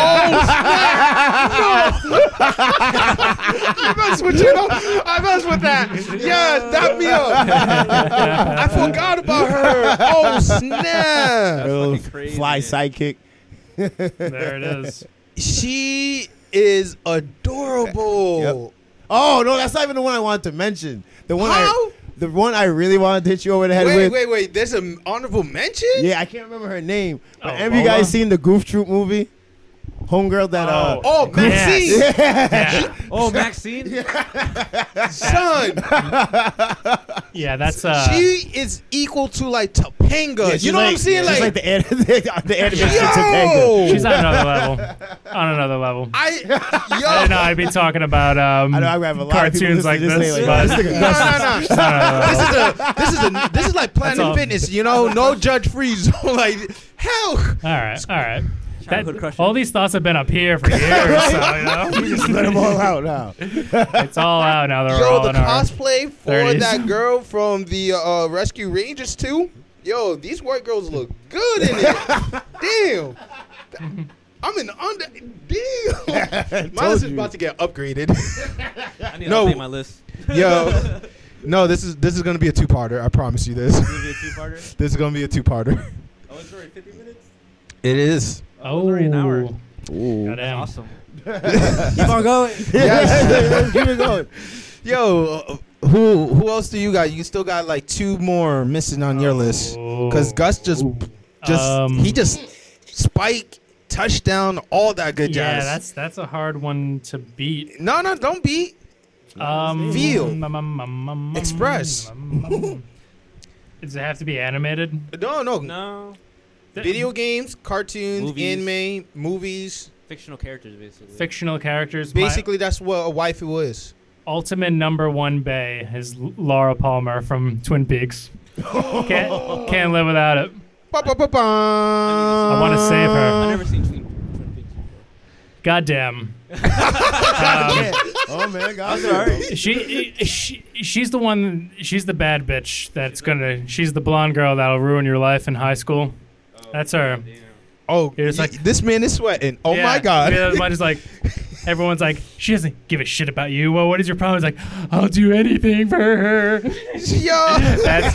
S2: I mess with you. Know? I mess with that. Yeah, that me up. I forgot about her. Oh snap!
S4: Little
S5: fucking crazy,
S4: fly
S5: man.
S4: sidekick.
S3: There it is.
S2: She is adorable.
S4: Oh no, that's not even the one I wanted to mention. The one
S2: How?
S4: I the one I really wanted to hit you over the head
S2: Wait,
S4: with.
S2: wait, wait. There's an honorable mention.
S4: Yeah, I can't remember her name. But
S3: Oh,
S4: have you
S3: Lola?
S4: guys seen the Goof Troop movie? Homegirl that uh
S2: Oh, Maxine,
S3: Yes. Yeah.
S5: Oh, Maxine.
S2: son,
S3: Yeah, that's uh.
S2: she is equal to like Topanga.
S4: yeah, she's
S2: you know what I'm
S4: like-
S2: saying?
S4: she's like,
S2: Like,
S4: the an- the, the animation Topanga.
S2: yo,
S3: she's on another level. On another level. I
S2: I,
S3: don't know.
S2: yo,
S3: I'd be talking about um
S4: I know I'm gonna have a lot
S3: cartoons
S4: of people
S3: like
S4: listening to
S3: this,
S4: this,
S3: but
S4: thing, like,
S2: no,
S4: "Yo, this
S2: no,
S4: nigga-
S2: no.
S3: on another
S2: this is
S3: level.
S2: a this is a this is like
S3: That's
S2: Planet
S3: all.
S2: Fitness, you know, no judge free zone. Like hell,
S3: all right, all right.
S5: Childhood
S3: That-
S5: crusher.
S3: all these thoughts have been up here for years, so you know
S4: We just let them all out now.
S3: it's all out now. They're
S2: yo,
S3: all
S2: the
S3: in our.
S2: cosplay for
S3: 30s.
S2: that girl from the uh, Rescue Rangers too. Yo, these white girls look good in it. Damn. I'm in the under. Damn, my
S4: Told
S2: list is
S4: you.
S2: about to get upgraded.
S5: I need
S2: No.
S5: to update my list.
S2: Yo, no, this is this is gonna be a two-parter. I promise you this.
S5: Give it a two-parter.
S2: This is gonna be a two-parter.
S5: Oh, it's already 50 minutes.
S2: It is.
S3: Oh,
S5: already an hour.
S3: Goddamn.
S5: Awesome.
S1: Keep on going.
S4: Yes. Keep it going.
S2: Yo, uh, who who else do you got? You still got like two more missing on your list. Cause Gus just just
S3: Oh. Um,
S2: he just spike touchdown all that good
S3: yeah,
S2: jazz.
S3: that's that's a hard one to beat.
S2: no, no, don't beat.
S3: Um,
S2: Feel.
S3: mm, mm, mm, mm, mm,
S2: Express.
S3: mm, mm, mm. Does it have to be animated?
S2: No, no,
S5: No.
S3: Th-
S2: Video games, cartoons,
S5: Movies.
S2: anime, movies.
S5: Fictional characters, basically.
S3: fictional characters. My
S2: Basically, that's what a waifu is.
S3: ultimate number one bay is L- Laura Palmer from Twin Peaks. can't can't live without it.
S2: Ba, ba, ba, ba. I
S3: wanna save her.
S5: I've never seen Twin, Twin Peaks before.
S3: Goddamn.
S4: Yeah. Oh man, God.
S5: sorry.
S3: she, she she's the one she's the bad bitch that's gonna she's the blonde girl that'll ruin your life in high school that's her
S2: Oh,
S3: It's
S2: y-
S3: like-
S2: this man is sweating. Oh my god.
S3: yeah, mine is like everyone's like she doesn't give a shit about you well what is your problem it's like i'll do anything for her
S2: Yo.
S3: that's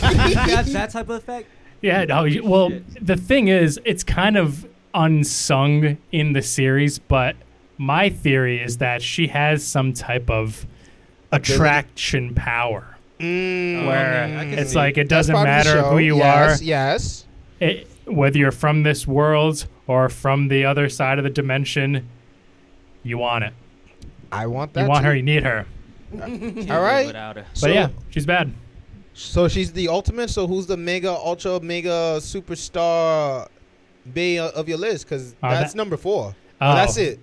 S5: That's that type of effect.
S3: yeah no, you- well the thing is it's kind of unsung in the series but my theory is that she has some type of attraction power
S2: Mm,
S3: where
S5: okay, Oh, I can
S3: it's
S5: see.
S3: like it
S2: that's
S3: doesn't
S2: part of the
S3: matter
S2: show.
S3: who you
S2: yes,
S3: are,
S2: Yes.
S3: it, whether you're from this world or from the other side of the dimension, you want it.
S2: I want that.
S3: You want
S2: too.
S3: her. You need her.
S5: Can't
S2: All
S5: live
S2: right.
S5: Without a,
S3: But yeah, she's bad.
S2: So she's the ultimate. So who's the mega, ultra, mega superstar bay of your list? Because
S3: Uh,
S2: that's
S3: that-
S2: number four.
S3: Oh.
S2: that's it.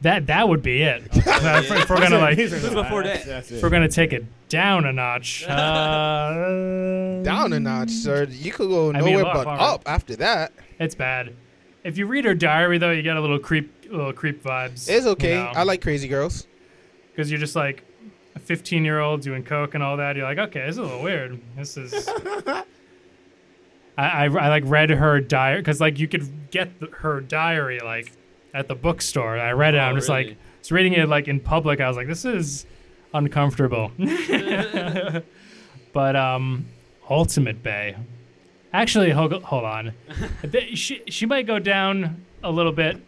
S3: That that would be it. if, if we're gonna like, if
S5: Who's before that?
S4: That's it.
S3: we're gonna take it down a notch. Uh,
S2: Down a notch, sir. You could go
S3: I
S2: nowhere
S3: mean, look,
S2: but
S3: far.
S2: up after that.
S3: It's bad. If you read her diary though, you get a little creep, little creep vibes.
S2: It's okay. I like crazy girls.
S3: because you're just like a 15 year old doing coke and all that. You're like, okay, this is a little weird. This is. I, I, I like read her diary because like you could get the, her diary like at the bookstore. I read it.
S5: Oh,
S3: I'm just like
S5: really?
S3: just reading it like in public. I was like, this is uncomfortable. but um, Ultimate Bay. Actually, hold, hold on. Th- she she might go down a little bit.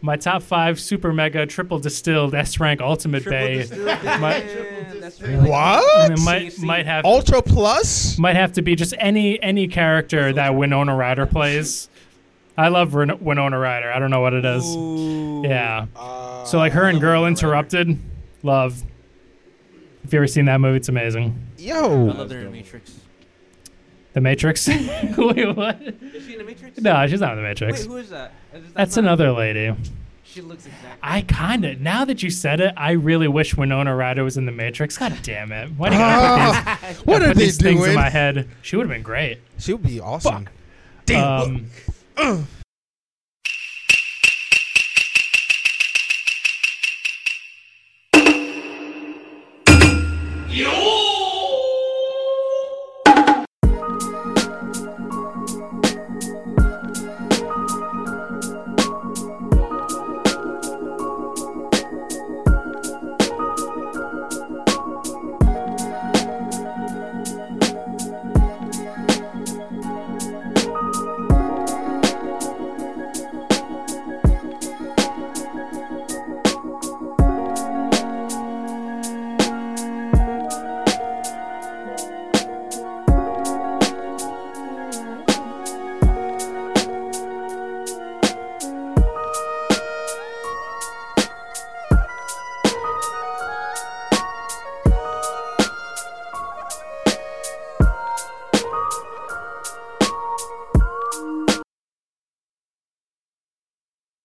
S3: My top five super mega triple distilled S rank Ultimate Bay. might,
S5: Man, that's really
S2: What?
S3: might, might have
S2: Ultra Plus?
S3: might have to be just any any character that Winona Ryder plays. I love Ren- Winona Ryder. I don't know what it is. Yeah.
S2: Uh,
S3: so like her and Girl Interrupted, love. If you ever seen that movie, it's amazing.
S5: I
S2: Yo.
S5: love her in Matrix.
S3: The Matrix. Wait, what?
S5: Is she in the Matrix?
S3: No, she's not in the
S5: Wait,
S3: Matrix.
S5: who is that? Is that
S3: That's
S5: not-
S3: another lady.
S5: She looks exactly.
S3: I kind of now that you said it, I really wish Winona Ryder was in the Matrix. God damn it! Why do you gotta put these,
S2: Ah, What are
S3: put
S2: they
S3: these things in
S2: doing?
S3: my head? She would have been great.
S2: She would be awesome.
S3: Um,